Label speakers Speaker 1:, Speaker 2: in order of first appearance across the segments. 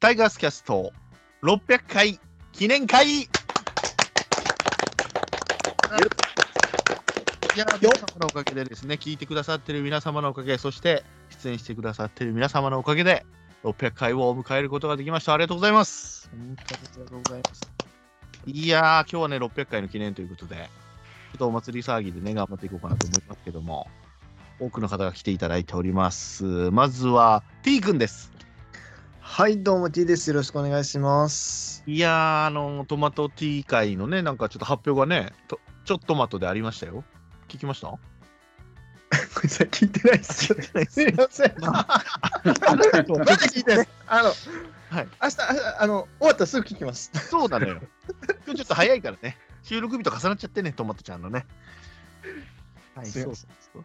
Speaker 1: タイガースキャスト600回記念会いやー皆様のおかげでですね聞いてくださってる皆様のおかげそして出演してくださってる皆様のおかげで600回を迎えることができましたありがとうございます
Speaker 2: 本当にありがとうございます。
Speaker 1: いやー今日はね600回の記念ということでちょっとお祭り騒ぎでね頑張っていこうかなと思いますけども多くの方が来ていただいておりますまずは T 君です
Speaker 2: はい、どうも T です。よろしくお願いします。
Speaker 1: いやー、あのトマトティー会のね、なんかちょっと発表がね、とちょっとトマトでありましたよ。聞きま した
Speaker 2: これさ、聞いてないです よ。すいません。
Speaker 1: そう
Speaker 2: 聞いてないです。あの、
Speaker 1: はい
Speaker 2: 明日、明日あの、終わったらすぐ聞きます。
Speaker 1: そうなの よ。今日ちょっと早いからね、収録日と重なっちゃってね、トマトちゃんのね。はい、
Speaker 2: すいません
Speaker 1: そう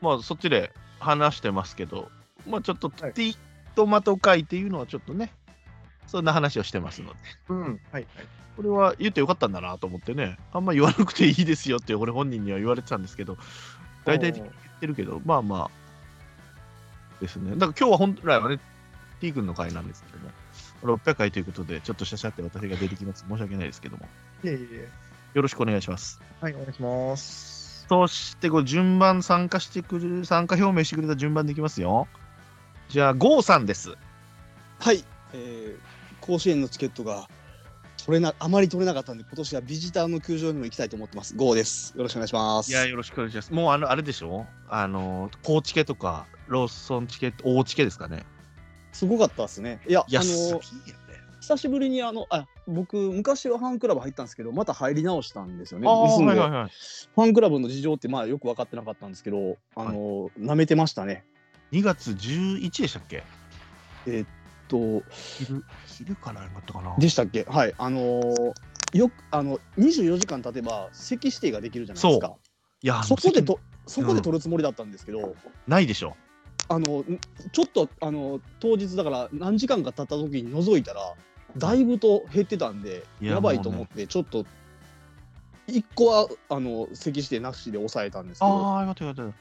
Speaker 1: まあ、そっちで話してますけど、まあ、ちょっとテ
Speaker 2: は
Speaker 1: ィ
Speaker 2: い
Speaker 1: ートマト会っていうのはちょっとね、そんな話をしてますので、
Speaker 2: うん。はい、はい。
Speaker 1: これは言ってよかったんだなと思ってね、あんま言わなくていいですよって、俺本人には言われてたんですけど、大体的に言ってるけど、まあまあ、ですね。だから今日は本来はね、T 君の回なんですけども、600回ということで、ちょっとしゃしゃって私が出てきます。申し訳ないですけども、
Speaker 2: いえいえ。
Speaker 1: よろしくお願いします。
Speaker 2: はい、お願いします。
Speaker 1: そして、こう順番参加してくれる、参加表明してくれた順番でいきますよ。じゃあ、ゴーさんです。
Speaker 3: はい、えー甲子園のチケットが取れなあまり取れなかったんで今年はビジターの球場にも行きたいと思ってます。ゴーです。よろしくお願いします。
Speaker 1: いや、よろしくお願いします。もう、あの、あれでしょあの、高知家とか、ローソンチケット、大チケですかね。
Speaker 3: すごかったですね。いや
Speaker 1: いや、
Speaker 3: あ
Speaker 1: すげえ
Speaker 3: の久しぶりにあのあ僕昔はファンクラブ入ったんですけどまた入り直したんですよね。で
Speaker 1: よ
Speaker 3: すの
Speaker 1: ね。
Speaker 3: で、
Speaker 1: ああ、はいはいはい。
Speaker 3: ファンクラブの事情ってまあよく分かってなかったんですけどあの、舐めてましたね。
Speaker 1: 2月11でしたっけ
Speaker 3: えーっと
Speaker 1: 昼、昼かなよかったかな。
Speaker 3: でしたっけはいあのよくあの24時間経てば席指定ができるじゃないですか。
Speaker 1: いや、
Speaker 3: そこで
Speaker 1: 席
Speaker 3: とそこで取るつもりだったんですけど。
Speaker 1: ないでしょ。
Speaker 3: あのんちょっとあの当日だから何時間か経った時に覗いたらだいぶと減ってたんで
Speaker 1: いや
Speaker 3: やばいと思ってちょっと一個はあの席指定なしで抑えたんですけど
Speaker 1: ああ、よかったよかった。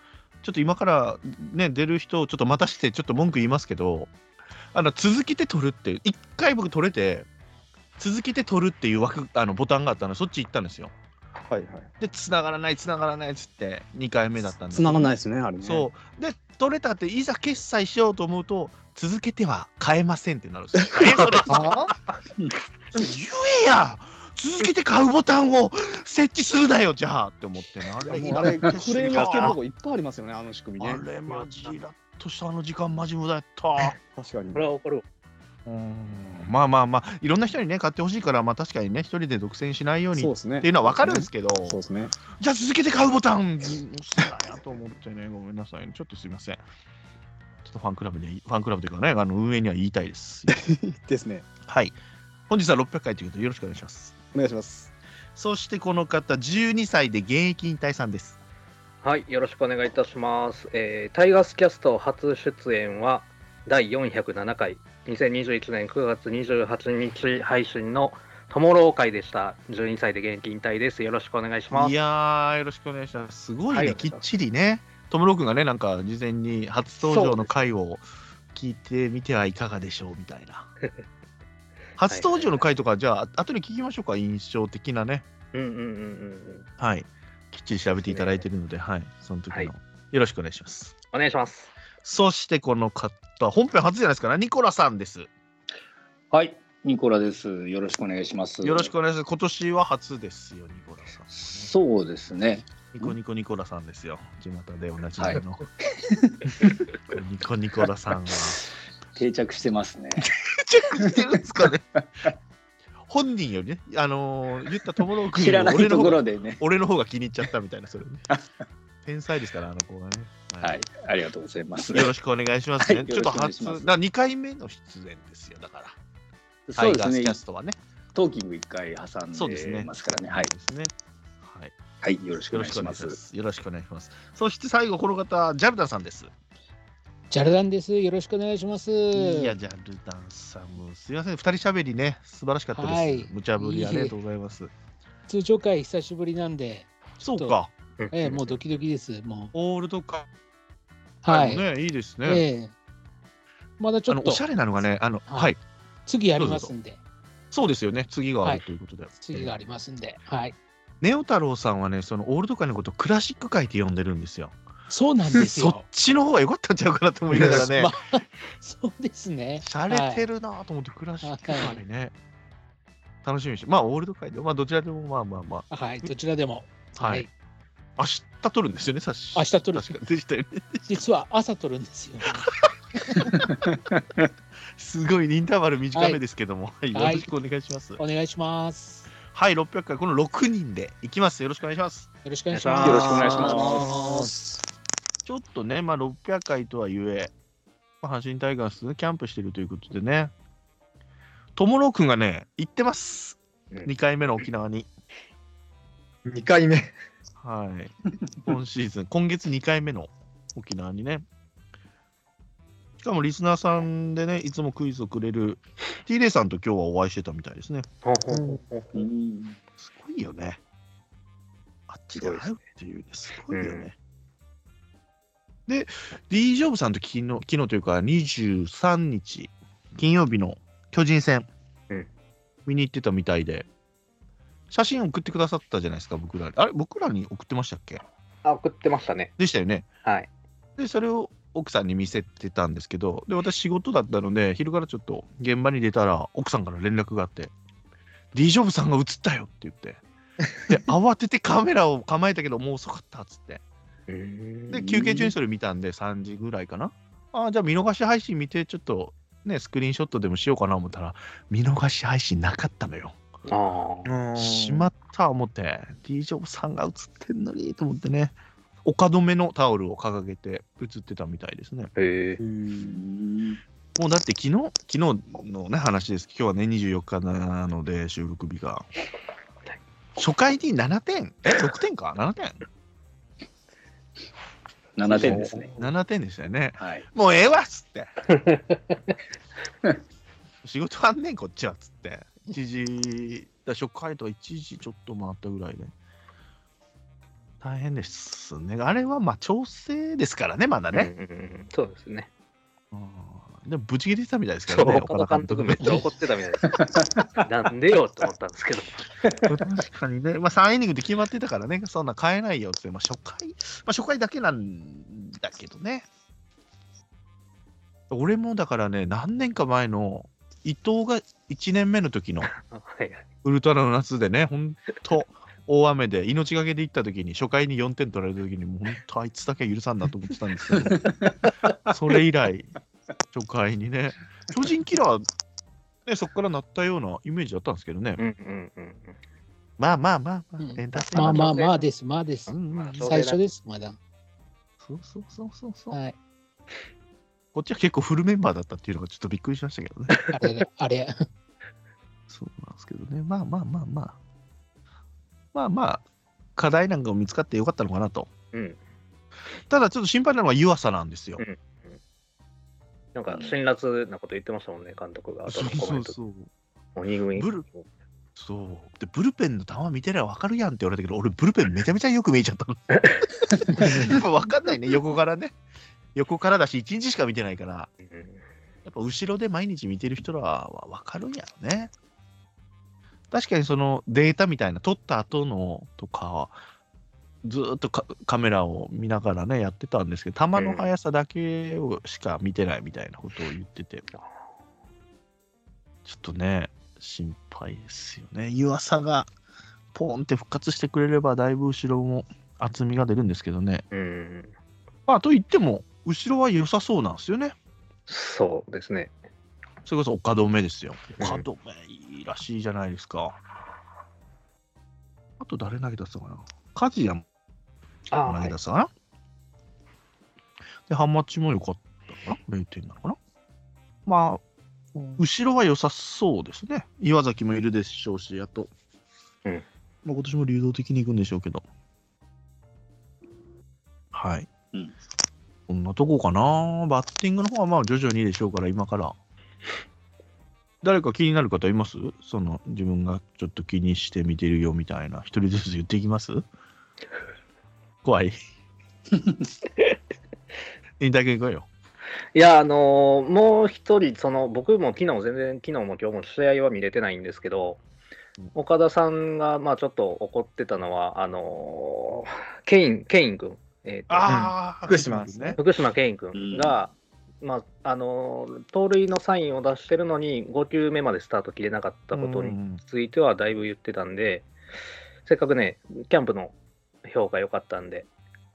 Speaker 1: ちょっと今からね、出る人をちょっと待たして、ちょっと文句言いますけど、あの続きで取るって、一回僕取れて、続きで取るっていう枠あのボタンがあったので、そっち行ったんですよ。
Speaker 3: はいはい
Speaker 1: で、繋がらない、繋がらないっつって、2回目だったんです。
Speaker 3: 繋がんない
Speaker 1: い。
Speaker 3: ですねあれね
Speaker 1: そう。で、取れたって、いざ決済しようと思うと、続けては買えませんってなるん ですよ。え、それ、
Speaker 2: あ
Speaker 1: 言えや続けて買うボタンを設置するなよ、じゃあって思ってね。あれ、
Speaker 3: いやもうあれク
Speaker 1: 今
Speaker 3: レームつけるとこいっぱいありますよねあの仕組みね
Speaker 1: あれマジラッとしたあの時間マジ無駄やった。
Speaker 3: 確かに
Speaker 4: これは怒るわ
Speaker 1: まあまあまあいろんな人にね買ってほしいからまあ確かにね一人で独占しないように
Speaker 3: そう
Speaker 1: っ
Speaker 3: ですね
Speaker 1: ていうのは分かるんですけど、
Speaker 3: そうですね
Speaker 1: じゃあ続けて買うボタン押すなやと思ってねごめんなさいねちょっとすいません。ちょっとファンクラブにファンクラブというかねあの運営には言いたい です。
Speaker 3: ですね
Speaker 1: はい。本日は600回ということでよろしくお願いします。
Speaker 3: お願いします
Speaker 1: そしてこの方12歳で現役引退さんです。
Speaker 4: はいよろしくお願いいたします、えータイガースキャスト初出演は第407回2021年9月28日配信のトモロー会でした12歳で現役引退ですよろしくお願いしま
Speaker 1: い
Speaker 4: す
Speaker 1: やー、よろしくお願いします。すごいね、
Speaker 4: はい
Speaker 1: きっちりね。トムロー君がね、なんか事前に初登場の回を聞いてみて はいかがでしょうみたいな。初登場の回とか、じゃあ、後で聞きましょうか、印象的なね。
Speaker 4: うんうんうんうん
Speaker 1: はい。きっちり調べていただいてるので、はい。その時の、
Speaker 4: はい
Speaker 1: よろしくお願いします。
Speaker 4: お願いします
Speaker 1: そして、この方、本編初じゃないですかね、ニコラさんです。
Speaker 5: はい、ニコラです。よろしくお願いします。
Speaker 1: よろしくお願いします。今年は初ですよ、ニコラさん。
Speaker 5: そうですね。
Speaker 1: ニコニコニコラさんですよ。地元でおなじみの。 ニコニコラさんは。
Speaker 5: 定着してますね。
Speaker 1: チェックしてるんですかね本人よりね、あのー言った友郎君
Speaker 5: 知
Speaker 1: よ
Speaker 5: ら
Speaker 1: り
Speaker 5: な
Speaker 1: 俺
Speaker 5: い
Speaker 1: の
Speaker 5: とこ
Speaker 1: 方が
Speaker 5: ろでね。
Speaker 1: 俺の方が気に入っちゃったみたいな、それ ね。天才ですから、あの子がね。
Speaker 5: はい、ありがとうございます。
Speaker 1: よろしくお願いしますね。
Speaker 5: はい
Speaker 1: ちょっと
Speaker 5: よろし
Speaker 1: 初、
Speaker 5: くお願
Speaker 1: だ
Speaker 5: いします
Speaker 1: から2回目の出演ですよ、だから。タ
Speaker 5: そう
Speaker 1: イ
Speaker 5: で
Speaker 1: ガー
Speaker 5: す
Speaker 1: ス
Speaker 5: ね
Speaker 1: キャ。ストはね。
Speaker 5: トーキング一回挟
Speaker 1: そうです
Speaker 5: ん
Speaker 1: ね
Speaker 5: でますからね。はい、
Speaker 1: ですね。はい。
Speaker 5: はい、よろしく
Speaker 1: よろ
Speaker 5: お願
Speaker 1: し
Speaker 5: い
Speaker 1: くお願
Speaker 5: しま。
Speaker 1: いしますす。よろしくお願いします。そして最後、この方、ジャルダンさんです。
Speaker 6: ジャルダンです。よろしくお願いします。
Speaker 1: いや、ジャルダンさんも、すいません、二人喋りね、素晴らしかったです。
Speaker 6: はい
Speaker 1: 無茶ぶりありがとうございます。
Speaker 6: 通常会久しぶりなんで、
Speaker 1: そうか、
Speaker 6: ええもうドキドキです。もう。
Speaker 1: オールドカ
Speaker 6: は
Speaker 1: ー
Speaker 6: い。
Speaker 1: もね、いいですね。
Speaker 6: ええまだち
Speaker 1: あ
Speaker 6: ょ
Speaker 1: の
Speaker 6: っと。
Speaker 1: おしゃれなのがね、あの、
Speaker 6: はい
Speaker 1: はい、
Speaker 6: 次やりますんで、
Speaker 1: そうですよね、次があるということで。
Speaker 6: 次がありますんで、はい。
Speaker 1: ネオ太郎さんはね、そのオールド界のことをクラシック界って呼んでるんですよ。
Speaker 6: そうなんで す
Speaker 1: そっ
Speaker 6: よ。
Speaker 1: ちの方が良かったんちゃうかなと思いながらね
Speaker 6: ま、あそうですね。
Speaker 1: 洒落てるなぁと思って、クラシック界ね、楽しみにして、まあ、オールド界で、まあ、どちらでもまあまあま
Speaker 6: はい、どちらでも。
Speaker 1: あ、はい。。明日撮るんですよね、さし。
Speaker 6: 明日撮る
Speaker 1: 確かでしたよね。
Speaker 6: 実は朝撮るんですよ。
Speaker 1: すごいインターバル短めですけども、はい、
Speaker 6: はい
Speaker 1: よろしくお願いします。
Speaker 6: お願いします。
Speaker 1: はい、600回、この6人でいきます。よろしくお願いします。
Speaker 6: よろしくお願いします。
Speaker 5: よろしくお願いし
Speaker 3: ま。
Speaker 5: ます
Speaker 1: ちょっとね、まあ、600回とはゆえ、まあ、阪神タイガースでキャンプしてるということでね、友郎君がね、行ってます。
Speaker 5: うん
Speaker 1: 2回目の沖縄に。
Speaker 2: 2回目。
Speaker 1: はい。今シーズン、今月2回目の沖縄にね。しかもリスナーさんでね、いつもクイズをくれる T レイさんと今日はお会いしてたみたいですね。
Speaker 4: ほうほうほうほう
Speaker 5: うん
Speaker 1: すごいよね。あっちで会うっていうね、すごいよね。で、D ・ジョブさんと昨日、昨日というか23日、金曜日の巨人戦、
Speaker 4: うん
Speaker 1: 見に行ってたみたいで、写真送ってくださったじゃないですか、僕らに。あれ、僕らに送ってましたっけ
Speaker 4: あ、送ってましたね。
Speaker 1: でしたよね。
Speaker 4: はい。
Speaker 1: で、それを奥さんに見せてたんですけど、で、私仕事だったので、昼からちょっと現場に出たら、奥さんから連絡があって、D ・ジョブさんが映ったよって言って、で、慌ててカメラを構えたけど、もう遅かったっつって。で、休憩中にそれ見たんで、3時ぐらいかな。ああ、じゃあ見逃し配信見て、ちょっとね、スクリーンショットでもしようかな思ったら、見逃し配信なかったのよ。
Speaker 4: ああ。
Speaker 1: しまった思って、D ・ジョブさんが映ってんのにと思ってね、岡留のタオルを掲げて映ってたみたいですね。
Speaker 4: へえ。
Speaker 5: うん
Speaker 1: もうだって昨日、昨日のね、話です。今日はね、24日なので、収録日が。初回に7点、え、6点か ?7 点
Speaker 5: 7点ですね。
Speaker 1: ?7 点でしたよね。
Speaker 5: はい。
Speaker 1: もうええわっつって。仕事あんねん、こっちはっつって。1時、だ初回とか1時ちょっと回ったぐらいで。大変ですね。あれはまあ調整ですからね、まだね。
Speaker 4: うんうんうんそうですね。
Speaker 1: うんでも、ぶち切れてたみたいですか
Speaker 4: そう
Speaker 1: らね、
Speaker 4: 岡田監督めっちゃ怒ってたみたいです。なんでよと思ったんですけど。
Speaker 1: 確かにね、まあ、3イニングで決まってたからね、そんな変えないよって、まあ、初回、まあ、初回だけなんだけどね。俺もだからね、何年か前の伊藤が1年目の時の
Speaker 4: はいはい。
Speaker 1: ウルトラの夏でね、本当、大雨で命がけで行った時に、初回に4点取られた時に、もう本当、あいつだけは許さんなと思ってたんですけど、それ以来、初回にね、巨人キラー、ね、そこからなったようなイメージだったんですけどね
Speaker 4: う。んうんうんうん。
Speaker 1: まあまあまあまあ、
Speaker 6: うん
Speaker 1: エンターテイ
Speaker 6: ま
Speaker 1: メ
Speaker 6: あ
Speaker 1: ント
Speaker 6: まあまあです、まあです
Speaker 1: う。んうん
Speaker 4: そう
Speaker 6: 最初です、まだ。
Speaker 1: そうそうそうそうそう、
Speaker 6: はい。
Speaker 1: こっちは結構フルメンバーだったっていうのがちょっとびっくりしましたけ どね。
Speaker 6: あれ、あれ。
Speaker 1: そうなんですけどね。まあまあまあまあ。まあまあ、課題なんかも見つかってよかったのかなと。
Speaker 4: うん。
Speaker 1: ただちょっと心配なのは湯浅なんですよ。
Speaker 4: うんなんか辛辣なこと言ってましたもんね、監督が。後
Speaker 1: そう
Speaker 4: のコ
Speaker 1: そ
Speaker 4: メン
Speaker 1: う
Speaker 4: ト。
Speaker 1: そう。
Speaker 4: 鬼軍
Speaker 1: ブルそう。で、ブルペンの球見てりゃわかるやんって言われたけど、俺ブルペンめちゃめちゃよく見えちゃったの。や っぱ わかんないね、横からね。横からだし、1日しか見てないから。やっぱ後ろで毎日見てる人らは分かるんやろね。確かにそのデータみたいな、撮った後のとか、ずーっとカカメラを見ながらね、やってたんですけど、球の速さだけをしか見てないみたいなことを言ってて、ちょっとね、心配ですよね。湯浅がポーンって復活してくれれば、だいぶ後ろも厚みが出るんですけどね。
Speaker 4: うんうん。
Speaker 1: まあ、と言っても、後ろは良さそうなんですよね。
Speaker 4: そうですね。
Speaker 1: それこそ岡留ですよ。
Speaker 4: うん
Speaker 1: 岡留いいらしいじゃないですか。あと誰投げ出したかな梶谷も投
Speaker 4: あは
Speaker 1: げ
Speaker 4: い
Speaker 1: 出したかな、で、ハマチも良かったかな ?0 点なのかなまあ、後ろは良さそうですね。岩崎もいるでしょうし、あと、
Speaker 4: うん
Speaker 1: まあ、今年も流動的に行くんでしょうけど。はい。
Speaker 5: うん
Speaker 1: こんなとこかな。バッティングの方はまあ徐々にでしょうから、今から。誰か気になる方いますその自分がちょっと気にして見てるよみたいな、一人ずつ言っていきます 怖い。インター君行こうよ。
Speaker 4: いや、あのーもう一人、その僕も昨日全然、昨日も今日も試合は見れてないんですけど、岡田さんがまあちょっと怒ってたのは、あのーケイン、ケイン君、えーと
Speaker 1: ああ、
Speaker 2: 福島ですね
Speaker 4: 福島ケイン君が、まああのー盗塁のサインを出してるのに、5球目までスタート切れなかったこと
Speaker 1: う
Speaker 4: に
Speaker 1: ん
Speaker 4: ついてはだいぶ言ってたんで、せっかくね、キャンプの評価良かったんで、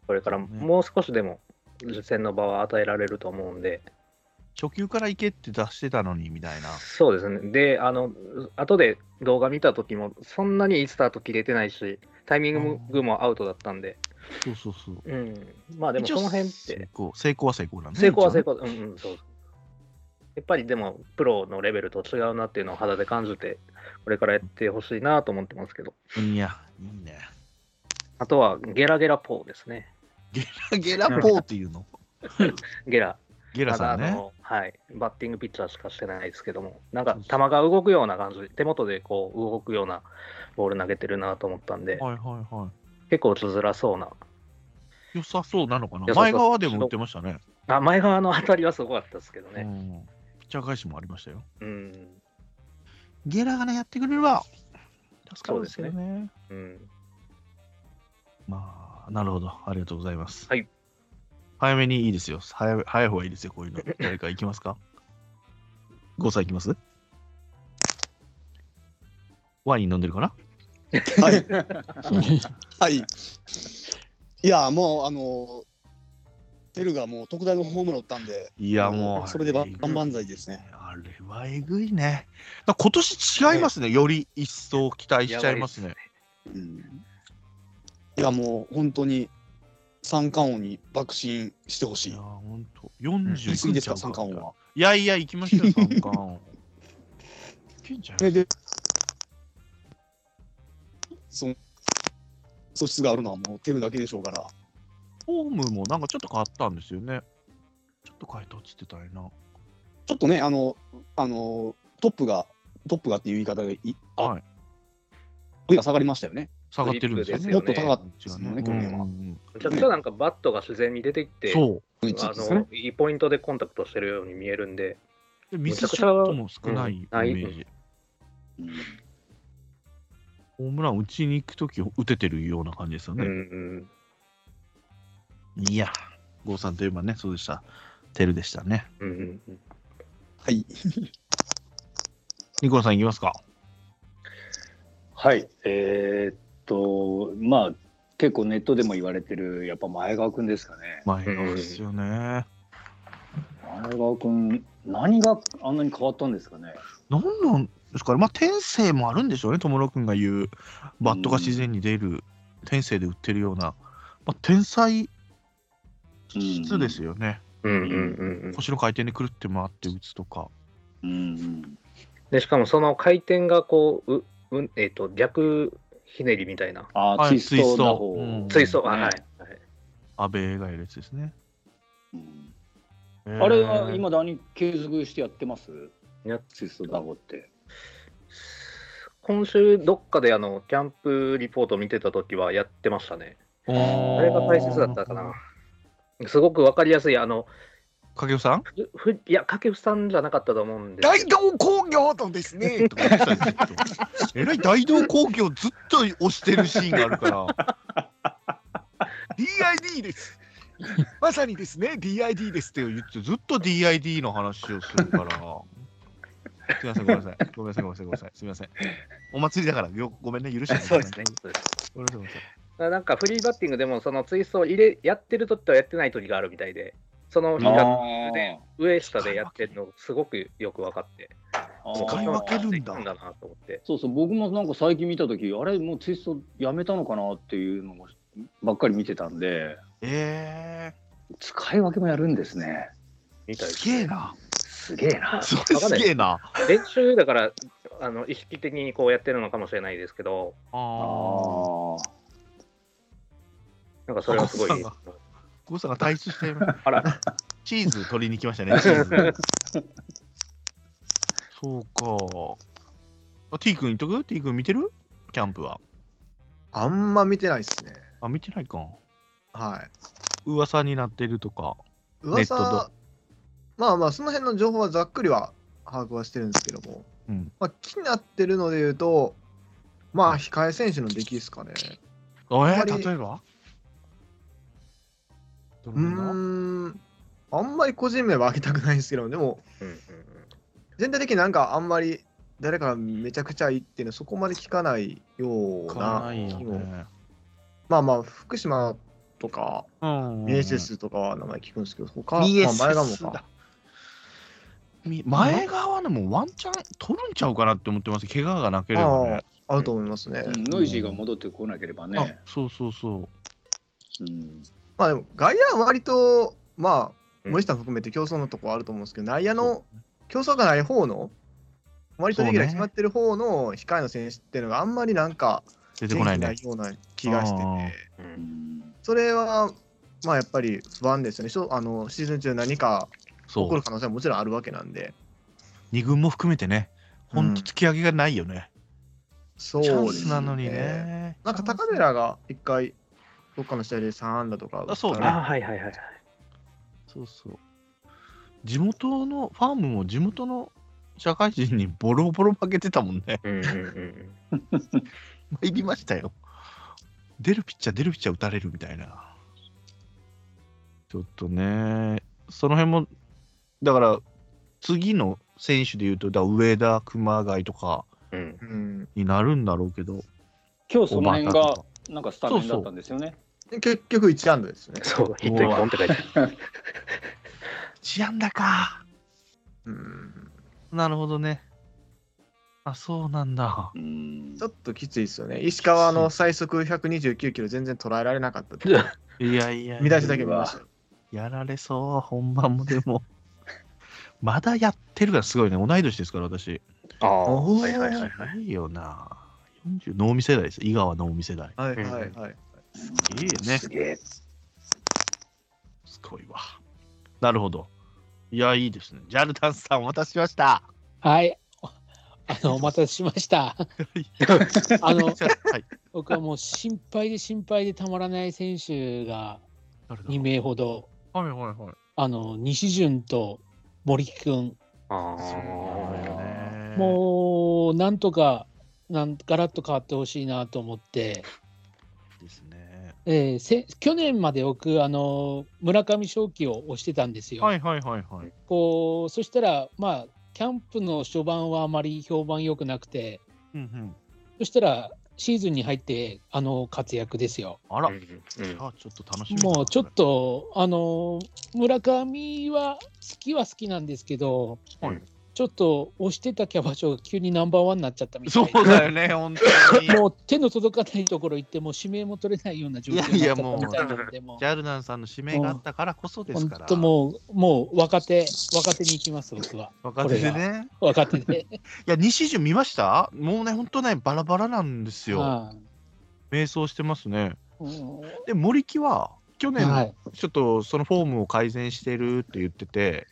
Speaker 4: これからもう少しでも実戦の場は与えられると思うんで。
Speaker 1: 初級から行けって出してたのにみたいな。
Speaker 4: そうですね。で、あの、後で動画見た時も、そんなにいいスタート切れてないし、タイミングもアウトだったんで、
Speaker 1: そうそうそう。
Speaker 4: うん。まあでも、
Speaker 1: 一
Speaker 4: そ
Speaker 1: 応
Speaker 4: の辺っ
Speaker 1: 成
Speaker 4: て、
Speaker 1: 功成功は成功なんで、ね、
Speaker 4: 成功は成
Speaker 1: 功。
Speaker 4: 功、うんうん、そう。やっぱりでも、プロのレベルと違うなっていうのを肌で感じて、これからやってほしいなと思ってますけど、
Speaker 1: いや、いいね。
Speaker 4: あとは、ゲラゲラポーですね。
Speaker 1: ゲラポーっていうの。
Speaker 4: ゲラ。
Speaker 1: ゲラさん
Speaker 4: ただあ
Speaker 1: ね。
Speaker 4: の、はい、バッティングピッチャーしかしてないですけども、なんか、球が動くような感じ、手元でこう、動くようなボール投げてるなと思ったんで、
Speaker 1: はいはいは
Speaker 4: 結構打ちづらそうな。
Speaker 1: い。良さそうなのかな
Speaker 4: 良。さそ
Speaker 1: 前
Speaker 4: う
Speaker 1: 側でも打ってましたね。
Speaker 4: あ前側の当たりはすごかったですけど
Speaker 1: う
Speaker 4: ね。
Speaker 1: ん。ピッチャー返しもありましたよ。
Speaker 4: うん。
Speaker 1: ゲラがね、やってくれれば助かるんですけど
Speaker 4: そ
Speaker 1: ね。
Speaker 4: うん。
Speaker 1: まあ、なるほど。ありがとうございます。
Speaker 4: はい。
Speaker 1: 早めにいいですよ。早い早い方がいいですよ、こう いうの。誰か行きますか ?5 歳行きますワイン飲んでるかな
Speaker 3: はい。 はい。いや、もう、あの、テルがもう特大のホームラン打ったんで、
Speaker 1: いや、もう。
Speaker 3: それで万
Speaker 1: バン
Speaker 3: 々歳ですね。
Speaker 1: あれはえぐいね。だ今年違いますね。より一層期待しちゃいますね。
Speaker 3: うんいや、もう本当に三冠王に爆心してほし
Speaker 1: い
Speaker 3: い
Speaker 1: や、。ほんと。
Speaker 3: いつ
Speaker 1: 40
Speaker 3: い
Speaker 1: いで
Speaker 3: で
Speaker 1: すす
Speaker 3: か、
Speaker 1: か、
Speaker 3: 三
Speaker 1: 三
Speaker 3: 冠
Speaker 1: 冠
Speaker 3: 王は。
Speaker 1: いやいや、行きましょう、三冠王。いけんちゃいます
Speaker 3: えで、その素質があるのはもうテルだけでしょうから。
Speaker 1: フォームもなんかちょっと変わったんですよね。ちょっと変えたっつってたよな。
Speaker 3: ちょっとね、あの、あの、トップが、トップがっていう言い方で、い
Speaker 1: はい。
Speaker 3: 上が下がりましたよね。
Speaker 1: 下がってるんですよ
Speaker 4: です
Speaker 1: ね。
Speaker 4: よね
Speaker 3: もっと高かったですもんね、去
Speaker 1: うん
Speaker 3: 年
Speaker 1: うんう
Speaker 3: は。
Speaker 1: ん
Speaker 4: めちゃくちゃなんかバットが自然に出てきて、
Speaker 1: そう。
Speaker 3: うん
Speaker 4: あのいいポイントでコンタクトしてるように見えるんで、
Speaker 1: でミスショットも少ないイメ
Speaker 4: うん
Speaker 1: ージ。ホームラン打ちに行くとき打ててるような感じですよ
Speaker 4: うんう
Speaker 1: ね。
Speaker 4: ん、
Speaker 1: いや、郷さんといえばね、そうでした。テルでしたね。
Speaker 4: うんうんうん。
Speaker 3: はい。
Speaker 1: ニコラさんいきますか。
Speaker 5: はい、えーっと、まあ、結構ネットでも言われてる、やっぱ前川君ですかね。
Speaker 1: 前川ですよね。
Speaker 5: 前川君、何があんなに変わったんですかね。
Speaker 1: なんなんですかね、まあ、天性もあるんでしょうね、友野君が言う、バットが自然に出る、天性で売ってるような、まあ、天才質ですよね、
Speaker 4: うんうんうんうん
Speaker 1: 腰の回転で狂って回って打つとか、
Speaker 5: うん
Speaker 4: でしかもその回転がこう、ううんえっと逆ひねりみたいな、
Speaker 5: あ
Speaker 1: は
Speaker 5: あ、
Speaker 1: い
Speaker 5: ツイストの
Speaker 1: ツイストうん
Speaker 4: ツイスト、
Speaker 5: 方。
Speaker 4: あはい
Speaker 5: ね
Speaker 4: はい、
Speaker 1: 安倍がいるやつですね。
Speaker 5: うん
Speaker 1: あ
Speaker 5: あれは今だに継続してやってます
Speaker 4: や
Speaker 5: ツイスト打法って。
Speaker 4: 今週、どっかであのキャンプリポート見てた時はやってましたね。
Speaker 1: あ
Speaker 4: あれが大切だったかな。すごくわかりやすい、あの、
Speaker 1: 影尾さん
Speaker 4: ふふいや、掛布さんじゃなかったと思うんで
Speaker 2: 大
Speaker 4: すけど、
Speaker 2: 道工業とですね。
Speaker 1: とか言ってたよずっと えらい大道工業ずっと押してるシーンがあるから、
Speaker 2: DID です。まさにですね、DID です。
Speaker 1: って言ってずっと DID の話をするから。すみません、ごめんなさい。ごめんなさい、ごめんなさい、ごめんなさい。すみません。お祭りだから、よごめんね、許してくださ
Speaker 4: そ
Speaker 1: い。
Speaker 4: うですね。 そうです
Speaker 1: ごめんなさいごめんなさい。
Speaker 4: だからなんかフリーバッティングでも、そのツイストを入れやってる時とやってない時があるみたいで、その日がで上下でやってるの、すごくよく分かって、
Speaker 5: あー
Speaker 1: 使い分けるんだ
Speaker 4: なんだなと思って。
Speaker 5: そうそう、僕もなんか最近見たとき、あれ、もうツイストやめたのかなっていうのばっかり見てたんで、
Speaker 1: え
Speaker 5: 使い分けもやるんですね。
Speaker 4: み
Speaker 1: ー、
Speaker 4: たいです
Speaker 1: げえな。
Speaker 5: すげえな。
Speaker 1: それすげえな。
Speaker 4: 練習だからあの意識的にこうやってるのかもしれないですけど、
Speaker 5: あ
Speaker 1: ああ。
Speaker 5: ー
Speaker 4: なんかそれはすごい。
Speaker 1: 赤星さんが誤差が退出しています。
Speaker 4: あら、
Speaker 1: チーズ取りに来ました ね、チーズ。そうか。あ T 君いっとく ?T 君見てるキャンプは。
Speaker 2: あんま見てないですね。
Speaker 1: あ、見てないか。
Speaker 2: はい。
Speaker 1: 噂になってるとか。ネット
Speaker 2: 噂まあまあ、その辺の情報はざっくりは把握はしてるんですけども、
Speaker 1: うん
Speaker 2: まあ、気になってるので言うと、まあ、控え選手の出来ですかね。
Speaker 1: おえ
Speaker 2: あんまり
Speaker 1: 例えばどれぐらいだ
Speaker 2: うーん、あんまり個人名は挙げたくないんですけど、でも、
Speaker 4: うんうん
Speaker 2: 全体的になんかあんまり誰かがめちゃくちゃいいっていうのはそこまで聞かないよう
Speaker 1: 買
Speaker 2: な
Speaker 1: わないよね。
Speaker 2: まあまあ福島とか
Speaker 1: うん。
Speaker 2: BSS とかは名前聞くんですけど他、まあ、前川も
Speaker 1: BSS だ
Speaker 2: か。
Speaker 1: み前側のもワンチャン取るんちゃうかなって思ってます。怪我がなければね。
Speaker 2: あると思いますね、
Speaker 5: うんノイジーが戻ってこなければね。
Speaker 1: そうそうそう。
Speaker 5: うん
Speaker 2: まあでも外野は割とま
Speaker 4: う
Speaker 2: あ
Speaker 4: ん
Speaker 2: 森下含めて競争のとこあると思うんですけど内野の競争がない方の割とレギュラー決まってる方の控えの選手っていうのがあんまりなんか
Speaker 1: 出てこないね
Speaker 2: 元。気ような気がしてて
Speaker 1: あ
Speaker 4: う
Speaker 5: うんん
Speaker 2: それはまあやっぱり不安ですよねしょあのシーズン中何か
Speaker 1: そ
Speaker 2: 起こ
Speaker 1: う
Speaker 2: る。可能性はもちろんあるわけなんで
Speaker 1: 二軍も含めてね。ほんと突き上げがないよね。
Speaker 2: そう
Speaker 1: チ
Speaker 2: です
Speaker 1: ャ
Speaker 2: ね
Speaker 1: ンスなのにね。
Speaker 2: なんか高寺が一回、どっかの試合で3安打とか打ったら。
Speaker 1: あそうね
Speaker 4: あはいはいはいはい。
Speaker 1: そうそう。地元の、ファームも地元の社会人にボロボロ負けてたもんね。
Speaker 4: うんうんうん
Speaker 1: 参りましたよ。出るピッチャー、出るピッチャー打たれるみたいな。ちょっとね、その辺も、だから、次の選手で言うと、だから上田、熊谷とか
Speaker 4: うんうん。
Speaker 2: うん。
Speaker 1: になるんだろうけど、
Speaker 5: 今日その辺
Speaker 1: おばあ
Speaker 5: が
Speaker 1: さんとか
Speaker 5: なんかスタメンだったんですよね。
Speaker 2: で結局1安打ですね。
Speaker 4: そう、ヒット1本って書いてある。
Speaker 1: 治安だか。
Speaker 2: うん。
Speaker 1: なるほどね。あ、そうなんだ。
Speaker 5: うん
Speaker 2: ちょっときついですよね。石川の最速129キロ全然捉えられなかったって。
Speaker 1: いやいや
Speaker 2: 見出しだけ見ましたよ。
Speaker 1: やられそう、本番もでも。 まだやってるからすごいね。同い年ですから、私。
Speaker 4: ああ、
Speaker 2: おー
Speaker 4: はいはいはい。
Speaker 1: いいよな。40、能見世代です。井川能見世代。
Speaker 2: はいはい
Speaker 1: いい
Speaker 2: はい。
Speaker 1: よね。
Speaker 5: すげえ。
Speaker 1: すごいわ。なるほど。いや、いいですね。ジャルダンさん、お待たせしました。
Speaker 6: はい。あの、お待たせしま した。あの、
Speaker 1: はい。
Speaker 6: 僕はもう心配で心配でたまらない選手が
Speaker 1: 誰だ
Speaker 6: 2名ほど、
Speaker 1: はいはいはい。
Speaker 6: あの、西潤と森木君、
Speaker 4: あ
Speaker 1: ね
Speaker 6: もう、なんとか、なんガラッと変わってほしいなと思って、
Speaker 1: うですね。
Speaker 6: えーせ去年まで僕、あの、村上正輝を推してたんですよ。
Speaker 1: はいはいはいはい。
Speaker 6: こうそしたらまあキャンプの初版はあまり評判良くなくて
Speaker 1: うんうん。
Speaker 6: そしたらシーズンに入ってあの活躍ですよ。
Speaker 1: あ
Speaker 4: あ。
Speaker 1: ら、
Speaker 4: うんうん
Speaker 1: あちょっと楽しみだな。
Speaker 6: もうちょっ
Speaker 1: こと
Speaker 6: あの村上は好きは好きなんですけど、
Speaker 1: はい
Speaker 6: ちょっと押してたキャバ嬢が急にナンバーワンになっちゃったみ
Speaker 1: れ。
Speaker 6: たい
Speaker 1: そ
Speaker 6: な。
Speaker 1: うだよね、本当に。
Speaker 6: もう手の届かないところ行ってもう指名も取れないような状況になっ
Speaker 1: い
Speaker 6: ちゃ
Speaker 1: や
Speaker 6: っ
Speaker 1: いやも
Speaker 6: た
Speaker 1: う
Speaker 6: みたいなのでもう
Speaker 1: ジャルダンさんの指名があったからこそです
Speaker 6: 本
Speaker 1: から。
Speaker 6: 当もうもう若手若手に行きます僕は
Speaker 1: 若手でね。
Speaker 6: 若手で。
Speaker 1: いや、西潤見ましたもうね、本当ね、バラバラなんですよ。
Speaker 6: はい
Speaker 1: 迷走してますね。
Speaker 6: うん
Speaker 1: で、森木は、去年、
Speaker 6: はい
Speaker 1: ちょっとそのフォームを改善してるって言ってて、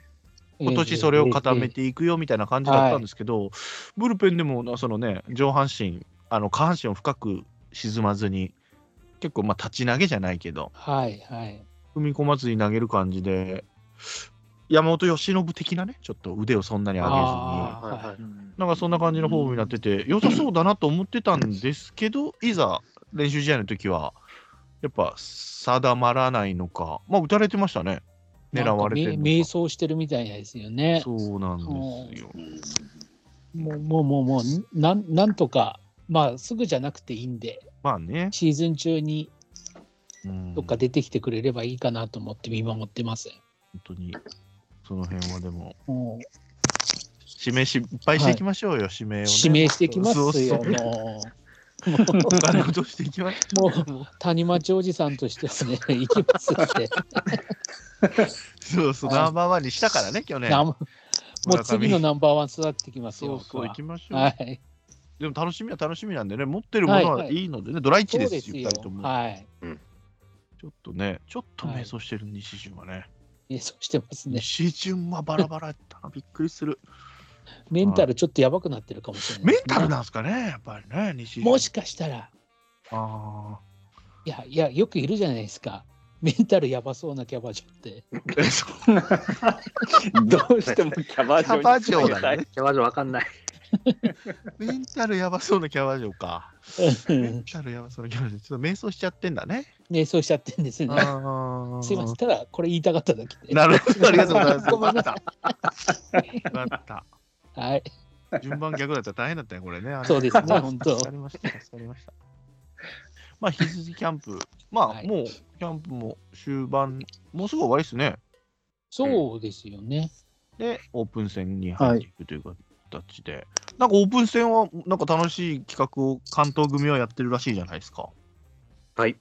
Speaker 1: 今年それを固めていくよみたいな感じだったんですけど、ブルペンでもそのね上半身あの下半身を深く沈まずに結構まあ立ち投げじゃないけど
Speaker 6: はいはい。
Speaker 1: 踏み込まずに投げる感じで山本由伸的なねちょっと腕をそんなに上げずに
Speaker 6: あー
Speaker 4: はいはい
Speaker 2: うん
Speaker 1: なんかそんな感じのフォームになってて良さそうだなと思ってたんですけどいざ練習試合の時はやっぱ定まらないのかまあ打たれてましたね狙われて
Speaker 6: なん
Speaker 1: る
Speaker 6: か
Speaker 1: の
Speaker 6: め迷
Speaker 1: か
Speaker 6: 走してるみたいですよね。
Speaker 1: そうなんですよ。
Speaker 6: もうもうもうもうなんなんとかまあすぐじゃなくていいんで
Speaker 1: まあね。
Speaker 6: シーズン中に
Speaker 1: うん
Speaker 6: どっか出てきてくれればいいかなと思って見守ってます。
Speaker 1: 本当にその辺はでも
Speaker 6: も
Speaker 1: 指名しいっぱいしていきましょうよ、指名を、
Speaker 6: う
Speaker 1: ね、
Speaker 6: 指名してきますよ。
Speaker 1: そうそう
Speaker 6: も
Speaker 1: お金落としていき まし
Speaker 6: うもう谷町おじさんとしてはね 行きますって。
Speaker 1: ょうそうそう
Speaker 6: はい
Speaker 1: ナンバーワンにしたからね去年
Speaker 6: なもう次のナンバーワン育ってきます
Speaker 1: そ
Speaker 6: よ。
Speaker 1: うそう
Speaker 6: 僕は
Speaker 1: 行きましょう、
Speaker 6: はい。
Speaker 1: でも楽しみは楽しみなんでね持ってるもの
Speaker 6: はい
Speaker 1: は
Speaker 6: はい
Speaker 1: いいのでね、ドライ
Speaker 6: そ
Speaker 1: チ
Speaker 6: う
Speaker 1: で
Speaker 6: ですす
Speaker 1: よ
Speaker 6: よ
Speaker 1: 2人と。も、
Speaker 6: はい。
Speaker 1: ちょっとねちょっと
Speaker 6: はい
Speaker 1: 迷走してる西潤はね、
Speaker 6: 迷走してますね。
Speaker 1: 西潤はバラバラやったなびっくり する
Speaker 6: メンタルちょっとやばくなってるかもしれない
Speaker 1: メ
Speaker 6: で
Speaker 1: ン
Speaker 6: すね、
Speaker 1: タルなんですかねやっぱりね西潤
Speaker 6: もしかしたら、
Speaker 1: あ
Speaker 6: いやいや、よくいるじゃないですか。メンタルやばそうなキャバ嬢って。
Speaker 5: どうしてもキャバ
Speaker 1: キ
Speaker 5: 嬢に
Speaker 1: ャバ嬢だね
Speaker 5: つなげたい
Speaker 4: キャバ嬢わかんない。
Speaker 1: メンタルやばそうなキャバ嬢か。メンタルやばそうなキャバ嬢。ちょっと瞑想しちゃってんだね。
Speaker 6: ね、そうしちゃってんですね。 すいません、ただこれ言いたかっただけで。
Speaker 1: なるほど、ありがとうございます。
Speaker 6: ごめんな
Speaker 1: さい。わかった。
Speaker 6: はい、
Speaker 1: 順番逆だったら大変だったね、これね。あの
Speaker 6: そうですね、本当。
Speaker 1: 助かりました、助かりました。まあ、引き続きキャンプ、まあ、
Speaker 6: はい
Speaker 1: もう、キャンプも終盤、もうすぐ終わりですね。
Speaker 6: そうですよね。
Speaker 1: で、オープン戦に入っていくという形で、なんかオープン戦は、なんか楽しい企画を関東組はやってるらしいじゃないですか。
Speaker 4: はい。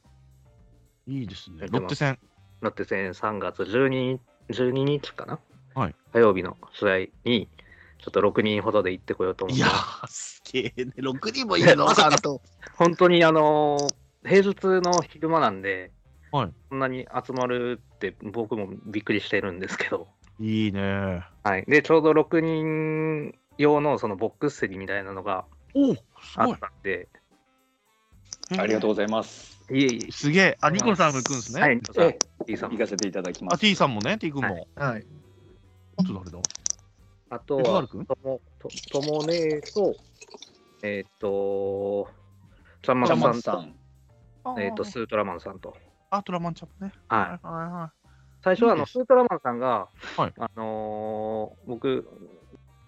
Speaker 1: いいですね
Speaker 4: やっ。て
Speaker 1: ロッ
Speaker 4: ます
Speaker 1: テ戦、
Speaker 4: ロッテ戦3月12日 ,12 日かな、
Speaker 1: はい、
Speaker 4: 火曜日の試合に、ちょっと6人ほどで行ってこようと思っ
Speaker 1: い
Speaker 4: て
Speaker 1: や
Speaker 4: ます。
Speaker 1: ー、すげえね、6人もいるの、関東。
Speaker 4: 本当にあのー平日の昼間なんで、
Speaker 1: はい
Speaker 4: こんなに集まるって僕もびっくりしてるんですけど、
Speaker 1: いいね。
Speaker 4: はい、でちょうど6人用のそのボックス席みたいなのが
Speaker 1: おお、す
Speaker 4: あ
Speaker 1: ごい。
Speaker 4: ったんで、
Speaker 5: ありがとう
Speaker 1: う。
Speaker 5: ございます。
Speaker 4: いえい
Speaker 1: すげえ。あ、ニコルさんも行くんです
Speaker 4: え、
Speaker 1: ね。
Speaker 4: はい、さん
Speaker 5: え
Speaker 4: T さん
Speaker 5: 行かせていただきま
Speaker 1: あ、
Speaker 5: す。
Speaker 1: T さんもね、T 君も。
Speaker 4: は
Speaker 2: はい。
Speaker 1: あと誰だ
Speaker 4: あと
Speaker 1: エドワ
Speaker 4: は
Speaker 1: ル君
Speaker 4: とも、とともねと、えーっ、と、ちゃんま
Speaker 5: ジャ
Speaker 4: る
Speaker 5: マ
Speaker 4: さ
Speaker 5: ン
Speaker 4: ん
Speaker 5: さ
Speaker 4: と、
Speaker 5: ん。
Speaker 4: えーっ、と、スートラマンさんと。
Speaker 1: アートラマンチャップね。
Speaker 4: はい、
Speaker 1: はいはいは
Speaker 4: 最初はあ
Speaker 1: いい
Speaker 4: の
Speaker 1: です
Speaker 4: スートラマンさんが、
Speaker 1: はい
Speaker 4: あのー僕、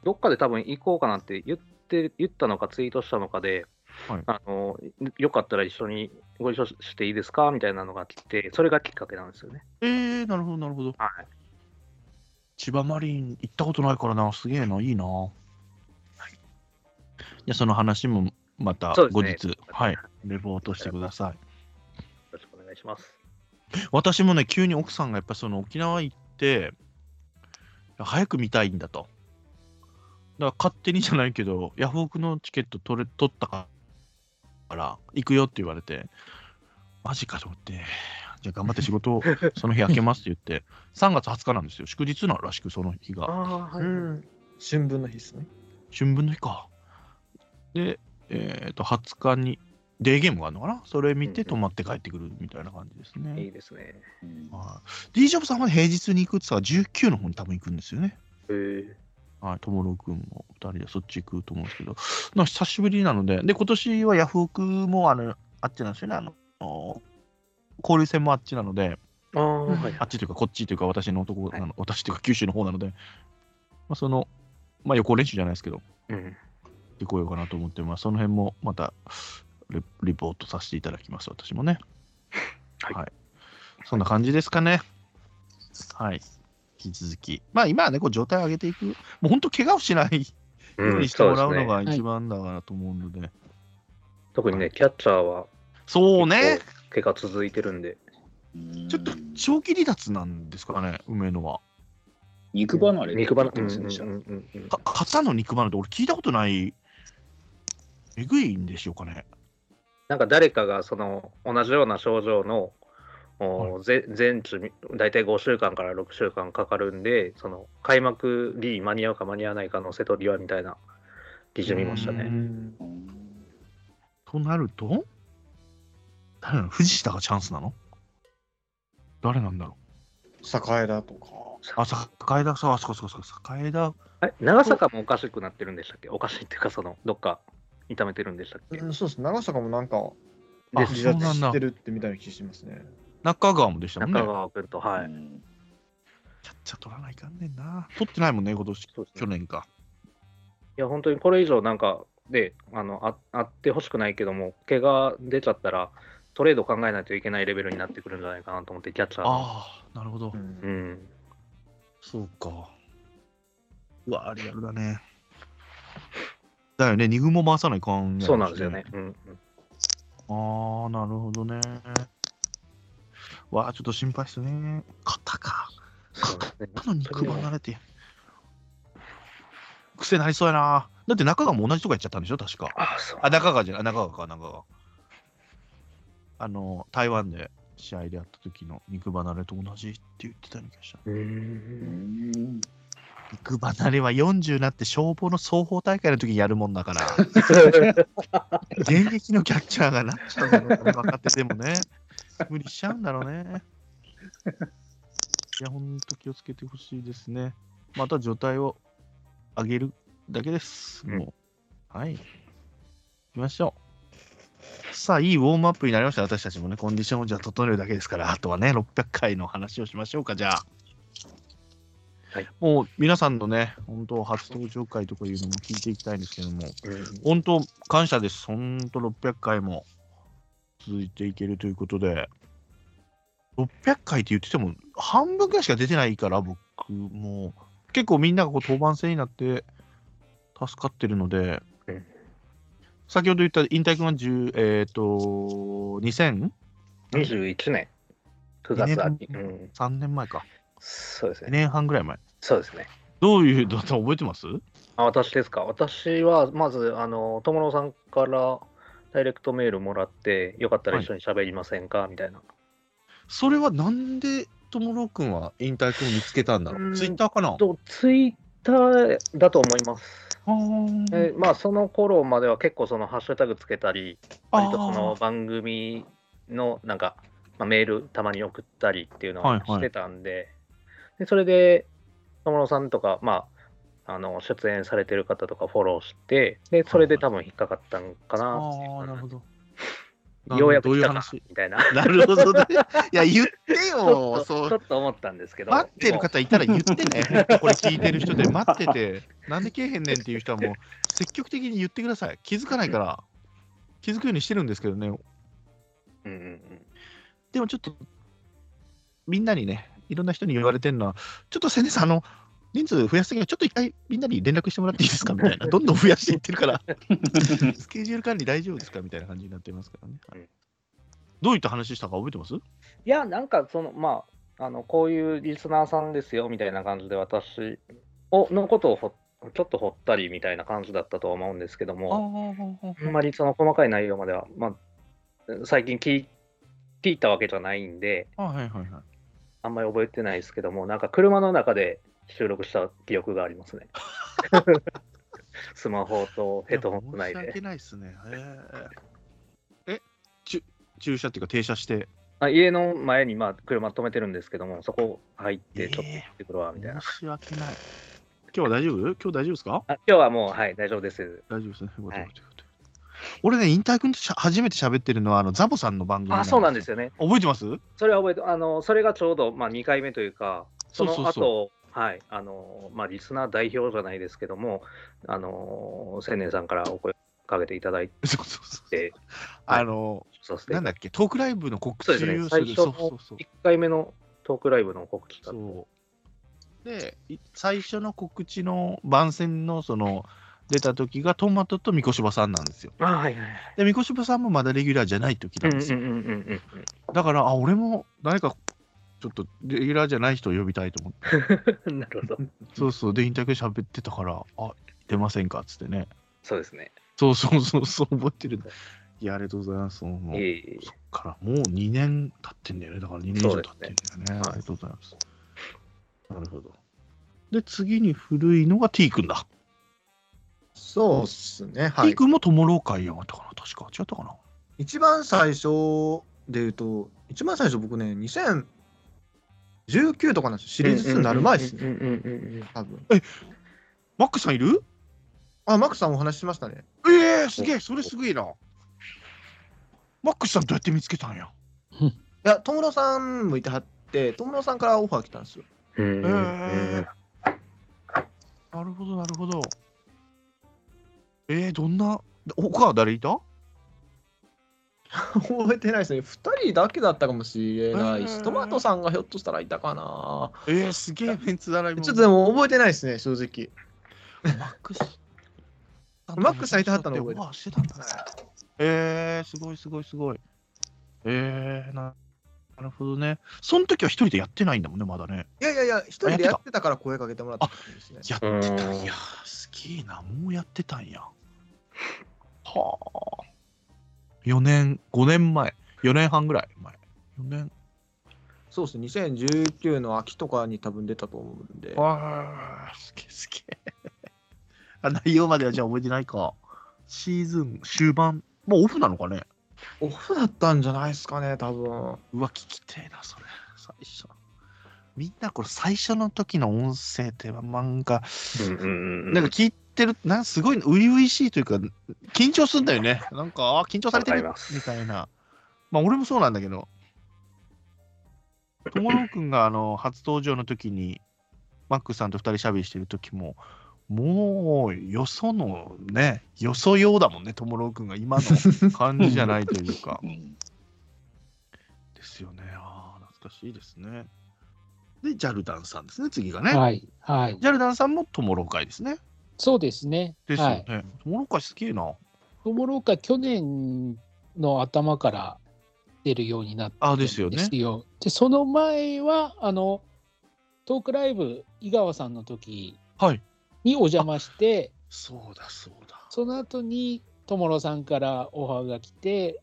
Speaker 4: どっかで多分行こうかなって言って言ったのか、ツイートしたのかで、
Speaker 1: はい
Speaker 4: あのーよかったら一緒にご一緒していいですかみたいなのが来て、それがきっかけなんですよね。
Speaker 1: い。えー、なるほど、なるほど。
Speaker 4: はい、
Speaker 1: 千葉マリン行ったことないからな、すげえな、いいな。じゃあその話もまた
Speaker 4: そう
Speaker 1: 後
Speaker 4: です
Speaker 1: 日、
Speaker 4: ね
Speaker 1: はい、レポートしてください。
Speaker 4: よろしくお願いします。
Speaker 1: 私もね、急に奥さんがやっぱその沖縄行って、早く見たいんだと。だから勝手にじゃないけど、ヤフオクのチケット取れ取ったから、行くよって言われて、マジかと思って、じゃあ頑張って仕事をその日開けますって言って、3月20日なんですよ、祝日なのらしく、その日が。
Speaker 4: ああ、
Speaker 2: う。ん。春分の日ですね。
Speaker 1: 春分の日か。で、えっ、と、20日にデーゲームがあるのかなそれ見
Speaker 4: うんう
Speaker 1: て
Speaker 4: ん
Speaker 1: 泊まって帰ってくるみたいな感じですね。
Speaker 4: いいですね。
Speaker 5: うん
Speaker 1: はい、D ジョブさんは平日に行くって言ったら19の方に多分行くんですよね。
Speaker 4: へえ
Speaker 1: はい、ともろくんも2人でそっち行くと思うんですけど、なんか久しぶりなので、で、今年はヤフオクもあのあっちなんですよね、あの、交流戦もあっちなので、
Speaker 4: ああ、はい。
Speaker 1: あっちというかこっちというか私の男なの、
Speaker 4: は
Speaker 1: 私というか九州の方なので、まあ、その、まあ、予行練習じゃないですけど、
Speaker 4: うん。
Speaker 1: 行ってこようかなと思ってます。その辺もまたレリポートさせていただきます、私もね。
Speaker 4: はい
Speaker 1: そんな感じですかね。はい。引き続き。まあ今はね、こう状態を上げていく。もう本当、怪我をしないようにしてもらうの
Speaker 4: そうですね
Speaker 1: が一番だからと思うので。
Speaker 4: 特にね、キャッチャーは、
Speaker 1: そうね。
Speaker 4: 怪我続いてるんで、
Speaker 1: ちょっと長期離脱なんですかね、梅野は。
Speaker 5: 肉離れ。
Speaker 4: 肉離
Speaker 5: う
Speaker 4: れ、うんんう
Speaker 5: う
Speaker 4: う
Speaker 5: ん
Speaker 4: ん
Speaker 5: んうん
Speaker 4: うんうん
Speaker 1: か肩の肉離れって俺聞いたことない。えぐいんでしょうかね。
Speaker 4: なんか誰かがその同じような症状のおーぜ全治み大体5週間から6週間かかるんでその開幕に間に合うか間に合わないかの瀬戸際みたいな記事見ました
Speaker 1: う
Speaker 4: ね。
Speaker 2: ん。
Speaker 1: となると誰なの藤下がチャンスなの誰なんだろ
Speaker 2: 栄田とか。
Speaker 1: うあ、さ栄田さん、あそこそこそこ、栄田。
Speaker 4: あれ長坂もおかしくなってるんでしたっけおかしいっていうかそのどっか痛めてるんでしたっけ
Speaker 2: うん、そうです。長坂もなんか
Speaker 1: あ、
Speaker 2: 自
Speaker 1: そう
Speaker 2: 殺
Speaker 1: なん
Speaker 2: し
Speaker 1: だ
Speaker 2: て。るってみたいな気しますね。
Speaker 1: 中川もでしたもんね
Speaker 4: 中。川君とはい。
Speaker 1: キャッチャー取らないかんねんな。取ってないもんね、今年、
Speaker 4: そうです
Speaker 1: 去
Speaker 4: ね
Speaker 1: 年か。
Speaker 4: いや本当にこれ以上なんかであのああってほしくないけども怪我出ちゃったらトレード考えないといけないレベルになってくるんじゃないかなと思ってキャッチャーの
Speaker 1: ああ、なるほど
Speaker 2: う。。
Speaker 4: うんん
Speaker 1: そうか。うわ、リアルだね。だよね、二軍も回さないかんね
Speaker 4: そうなんですよね。。うんうん
Speaker 1: ああ、なるほどね。わあ、ちょっと心配ですね。肩か。
Speaker 4: そうですね
Speaker 1: あの肉離れて。癖なりそうやな。だって中川も同じとこやっちゃったんでしょ、確か。
Speaker 4: あ、そう。
Speaker 1: あ、中川じゃない、中川か、中川。あの、台湾で試合でやった時の肉離れと同じって言ってたような気がした。
Speaker 4: うん。
Speaker 1: 肉離れは40になって消防の総合大会の時にやるもんだ から、現役のキャッチャーがなっちゃうのかな若手でもね、無理しちゃうんだろうね。や、ほんと気をつけてほしいですね。また状態を上げるだけです。
Speaker 4: うん
Speaker 1: もう。はい。行きましょう。さあ、いいウォームアップになりました。私たちもね、コンディションをじゃあ整えるだけですから、あとはね、600回の話をしましょうか、じゃあ。
Speaker 4: はい、
Speaker 1: もう皆さんのね、本当、初登場回とかいうのも聞いていきたいんですけども、
Speaker 4: うん
Speaker 1: 本当、感謝です。本当、600回も続いていけるということで、600回って言ってても、半分ぐらいしか出てないから、僕も、結構みんながこう当番制になって、助かってるので
Speaker 4: うん、
Speaker 1: 先ほど言った引退君は10、えっ、と、2000?
Speaker 4: 21年9月秋、うん、
Speaker 1: 3年前か。
Speaker 4: そうです
Speaker 1: 2
Speaker 4: ね。
Speaker 1: 年半ぐらい前。
Speaker 4: そうですね。
Speaker 1: どういう、だった覚えてます
Speaker 4: あ私ですか。私は、まず、あの、友野さんからダイレクトメールもらって、よかったら一緒に喋りませんか、みたいな。
Speaker 1: それはなんで、ともろくんは引退君を見つけたんだろ
Speaker 4: う
Speaker 1: う。
Speaker 4: ん
Speaker 1: ツイッターかな
Speaker 4: と、ツイッターだと思います。
Speaker 1: あー
Speaker 4: えまあ、その頃までは結構、そのハッシュタグつけたり、割とその番組のなんか、まあ、メールたまに送ったりっていうの
Speaker 1: はい
Speaker 4: を
Speaker 1: はい
Speaker 4: してたんで、でそれで野村さんとか、まあ、あの出演されてる方とかフォローしてでそれで多分引っかかったんかなっていう
Speaker 1: ああ、なるほど。
Speaker 4: ようやく
Speaker 1: どう
Speaker 4: 来
Speaker 1: いう
Speaker 4: たか
Speaker 1: 話。
Speaker 4: みたいな
Speaker 1: なるほどね。いや、言って
Speaker 4: ちょ
Speaker 1: よ。
Speaker 4: っ
Speaker 1: そ
Speaker 4: とち
Speaker 1: う
Speaker 4: ょっと思ったんですけど
Speaker 1: 待ってる方いたら言って ね。これ聞いてる人で待ってて、なんでけえへんねんっていう人はもう積極的に言ってください。気づかないから。気づくようにしてるんですけどね。
Speaker 4: うんうんうん
Speaker 1: でもちょっと、みんなにね、いろんな人に言われてるのは、ちょっとせねさん、あの、人数増やすぎはちょっと一回みんなに連絡してもらっていいですかみたい な。どんどん増やしていってる から、スケジュール管理大丈夫ですかみたいな感じになってますからね。は
Speaker 4: うん
Speaker 1: いどういった話したか覚えてます
Speaker 4: いや、なんかその、まあ、あのこういうリスナーさんですよみたいな感じで、私をのことをほちょっと掘ったりみたいな感じだったとは思うんですけども、あんまりその細かい内容までは、まあ、最近聞い聞いたわけじゃないんで、
Speaker 1: あはいはいはい。
Speaker 4: あんまり覚えてないですけども、なんか車の中で収録した記憶がありま すね。スマホとヘッドホンつない
Speaker 1: や申し
Speaker 4: で
Speaker 1: 訳。ないですね。へええ、ちゅ駐車っていうか停車して、
Speaker 4: あ家の前にまあ車止めてるんですけども、そこ入ってちょっと行ってくるわみたいな。
Speaker 1: 申し訳ない。今日は大丈夫今日大丈夫ですか
Speaker 4: あ今日はもう、はい、大丈夫です。
Speaker 1: 大丈夫ですね。よかった
Speaker 4: はい
Speaker 1: よかったよかった俺ね、引退君としゃ初めて喋ってるのはあのザボさんの番組
Speaker 4: あ、そうなんです
Speaker 1: よ。
Speaker 4: よね。
Speaker 1: 覚えてます
Speaker 4: それは覚えて、あの、それがちょうど、まあ、2回目というか、その後、
Speaker 1: そうそうそ
Speaker 4: はい、あの、まあ、リスナー代表じゃないですけども、あの、千年さんからお声かけていただい
Speaker 1: そうそうそう。
Speaker 4: て、
Speaker 1: あの、
Speaker 4: させて、
Speaker 1: なんだっけ、トークライブの告知
Speaker 4: そうですね
Speaker 1: を
Speaker 4: 最初
Speaker 1: そ
Speaker 4: の
Speaker 1: うそうそう
Speaker 4: 1回目のトークライブの告知だと。
Speaker 1: そう。で、い最初の告知の番宣のその出た時がトマトと三越ばさんなんですよ。
Speaker 4: あ、はいはいはい。
Speaker 1: で、三越ばさんもまだレギュラーじゃない時
Speaker 4: う
Speaker 1: なんん
Speaker 4: うん
Speaker 1: で
Speaker 4: うん
Speaker 1: すよ。
Speaker 4: うんうん
Speaker 1: だから、あ、俺も誰かちょっとレギュラーじゃない人を呼びたいと思って、
Speaker 4: うん。なるほど。
Speaker 1: そうそう、で、インタビュー喋ってたから、あ、出ませんかっつってね。
Speaker 4: そうですね。
Speaker 1: そうそうそう、そう覚えてる。いや、ありがとうございます。もう
Speaker 4: いえいえいえ
Speaker 1: そっからもう2年経ってんだよね。だから2年以上経ってんだよね。あり
Speaker 4: そうですねはい
Speaker 1: がとうございます。なるほど。で、次に古いのが T 君だ。
Speaker 2: そうっすね。は
Speaker 1: T
Speaker 2: い。
Speaker 1: 君も友老会やがったかな確か。違ったかな
Speaker 2: 一番最初で言うと、一番最初僕ね、2019とかなんですよ。シリーズ2になる前ですね。
Speaker 4: うんうんうんうんうん
Speaker 2: 多分。
Speaker 1: マックさんいる
Speaker 2: あ、マックさんお話ししましたね。
Speaker 1: ええすげえそれすげえな。マックさんどうやって見つけたんや
Speaker 2: いや、友野さんもいてはって、友野さんからオファー来たん ですよ。
Speaker 4: うんうんうんうん。
Speaker 1: なるほど、なるほど。えー、どんな、他は誰いた
Speaker 2: 覚えてないですね。2人だけだったかもしれない
Speaker 1: うん
Speaker 2: し、トマトさんがひょっとしたらいたかな。
Speaker 1: えー、すげえメンツだら
Speaker 2: ちょっとでも覚えてないですね、正直。
Speaker 1: マックス。
Speaker 2: マックスさんいてはったの覚えてる
Speaker 1: オファーしてたんだね。えー、すごいすごいすごい。えー、ななるほどね。その時は一人でやってないんだもんね、まだね。
Speaker 2: いやいやいや、1人でやってたから声かけてもらったんですね。
Speaker 1: やってたんや。すげえな、もうやってたんや。はあ。4年、5年前。4年半ぐらい前。4年。
Speaker 2: そうですね、2019の秋とかに多分出たと思うんで。
Speaker 1: わあ、すげえすげえ。 あ内容まではじゃあ覚えてないか。シーズン終盤。もうオフなのかね
Speaker 2: オフだったんじゃないですかね、多分。
Speaker 1: うわ、聞きてえな、それ。最初。みんなこれ最初の時の音声って漫画、
Speaker 4: うんうんうん
Speaker 1: なんか聞いてる、なんかすごい、初々しいというか、緊張するんだよね。なんか、あ緊張されてる
Speaker 4: わかります
Speaker 1: みたいな。まあ、俺もそうなんだけど、友野くんがあの初登場の時に、マックさんと二人喋りしてる時も、もう、よそのね、よそようだもんね、友野くんが今の感じじゃないというか。
Speaker 5: うん
Speaker 1: ですよね。ああ、懐かしいですね。で、ジャルダンさんですね、次がね。
Speaker 6: はい。はい。
Speaker 1: ジャルダンさんも友老会ですね。
Speaker 6: そうですね。
Speaker 1: ですよ
Speaker 6: は
Speaker 1: ね
Speaker 6: い。。
Speaker 1: 友老会すげえな。
Speaker 6: 友老会、去年の頭から出るようになって
Speaker 1: あですよね
Speaker 6: ですよで、その前は、あの、トークライブ、井川さんの時
Speaker 1: はい。
Speaker 6: にお邪魔して、
Speaker 1: そうだそうだ。
Speaker 6: その後に、友野さんからオファーが来て、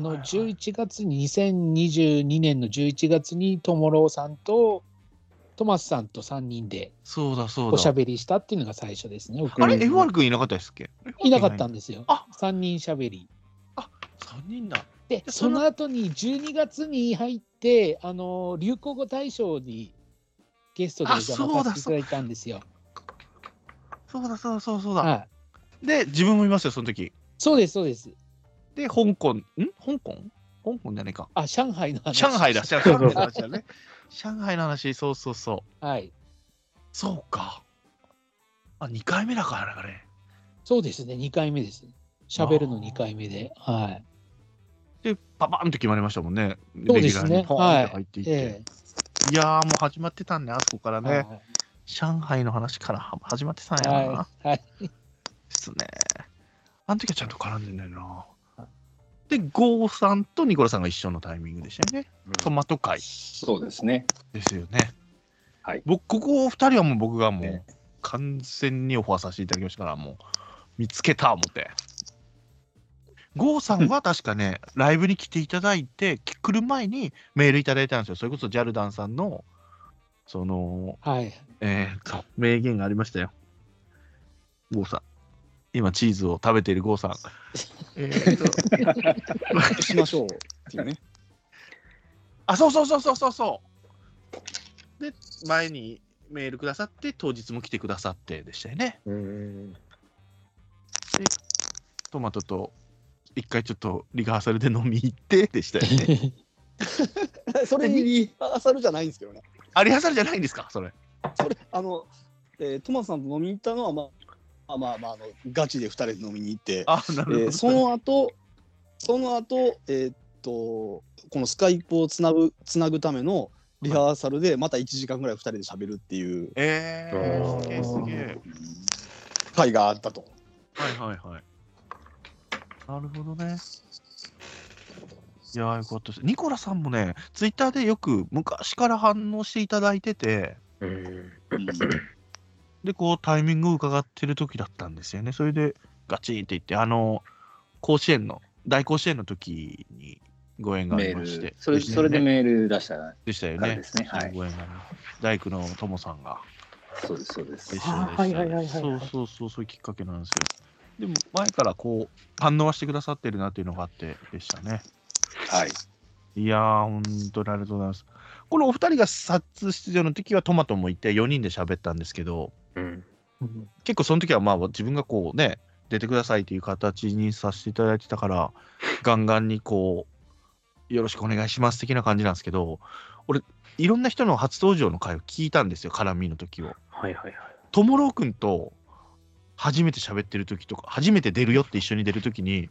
Speaker 1: はい
Speaker 6: の、
Speaker 1: はい
Speaker 6: 11月に、2022年の11月に、友野さんと、トマスさんと3人で
Speaker 1: そうだそうだ。
Speaker 6: おしゃべりしたっていうのが最初ですね。僕
Speaker 1: あれ、
Speaker 4: うん
Speaker 1: ?FR 君いなかったですっけ
Speaker 6: いなかった
Speaker 1: だ。
Speaker 6: んですよ。
Speaker 1: あ
Speaker 6: 3人しゃべり。
Speaker 1: 3人だ。
Speaker 6: で、
Speaker 1: で
Speaker 6: そ
Speaker 1: その
Speaker 6: の後に12月に入って、あの流行語大賞にゲストでお邪魔させていただいたんですよ。
Speaker 1: そうだそうだそうだそうだ。
Speaker 6: はい、
Speaker 1: で、自分もいますよ、その時。
Speaker 6: そうです、そうです。
Speaker 1: で、香港、ん香港香港じゃないか。
Speaker 6: あ、上海の話。
Speaker 1: 上海だ、上海の話だ ね。上海の話、そうそうそう。
Speaker 6: はい。
Speaker 1: そうか。あ、2回目だからねあれ。
Speaker 6: そうですね、2回目です。喋るの2回目で。はい。
Speaker 1: で、パパンと決まりましたもんね。
Speaker 6: そうですね
Speaker 1: レギュラーにポーンって入っていって。
Speaker 6: え
Speaker 1: いやー、もう始まってたんね、あそこから
Speaker 6: え
Speaker 1: ね。上海の話からは始まってたんや
Speaker 6: は。。
Speaker 1: ない
Speaker 6: はい。はい。
Speaker 1: ですね。あの時はちゃんと絡んでないな。で、ゴーさんとニコラさんが一緒のタイミングでしたよね。トマト会
Speaker 5: そうですね。
Speaker 1: ですよね。
Speaker 5: はい
Speaker 1: 僕、ここ二人はもう僕がもう
Speaker 5: ね
Speaker 1: 完全にオファーさせていただきましたから、もう見つけた思って。ゴーさんは確か ね、ライブに来ていただいて、来る前にメールいただいたんですよ。それこそジャルダンさんの、その、
Speaker 6: はい。
Speaker 1: えー、と、名言がありましたよ。ゴーさん。今、チーズを食べているゴーさん。えーと、
Speaker 3: しましょうっていうね。
Speaker 1: あ、そうそうそうそうそうそう。で、前にメールくださって、当日も来てくださってでしたよね。
Speaker 4: うん
Speaker 1: トマトと、一回ちょっとリハーサルで飲み行ってでしたよ ね。
Speaker 3: それにリハーサルじゃないんですけどね。
Speaker 1: あ、リハーサルじゃないんですか、それ。
Speaker 3: それあの、えートマスさんと飲みに行ったのはまあまあまああのガチで二人で飲みに行って、
Speaker 1: あ、なる
Speaker 3: え
Speaker 1: ほど。
Speaker 3: ーその後その後えーっとこのスカイプをつなぐつなぐためのリハーサルでまた1時間ぐらい2人で喋るっていう
Speaker 1: えー、すげえすげえ。
Speaker 3: 会があったと。
Speaker 1: はいはいはい。なるほどね。いやーよかったです。ニコラさんもね、ツイッターでよく昔から反応していただいてて、
Speaker 4: うん
Speaker 1: で、こうタイミングを伺ってる時だったんですよね。それでガチンって言って、あの、甲子園の、大甲子園の時にご縁があ
Speaker 5: メ
Speaker 1: り
Speaker 5: ー
Speaker 1: まして
Speaker 5: ル。それ、
Speaker 1: したよね
Speaker 5: それでメール出したら、
Speaker 1: でしたよ
Speaker 5: あれ
Speaker 1: ね
Speaker 5: で。すね。はい。
Speaker 1: ご縁がありました大工のともさんが。
Speaker 5: そうです、そうです
Speaker 1: で。した
Speaker 6: あーはいはいはいはい
Speaker 1: そうそうそう、そういうきっかけなんですよ。でも、前からこう、反応はしてくださってるなっていうのがあってでしたね。
Speaker 5: はい。
Speaker 1: いやー、本当にありがとうございます。このお二人が撮出場の時はトマトもいて4人で喋ったんですけど、
Speaker 4: うん
Speaker 6: うん
Speaker 1: 結構その時はまあ自分がこうね、出てくださいという形にさせていただいてたから、ガンガンにこう、よろしくお願いします的な感じなんですけど、俺、いろんな人の初登場の回を聞いたんですよ、絡みの時を。
Speaker 4: はいはいはい。
Speaker 1: ともろうくんと初めて喋ってる時とか、初めて出るよって一緒に出る時に、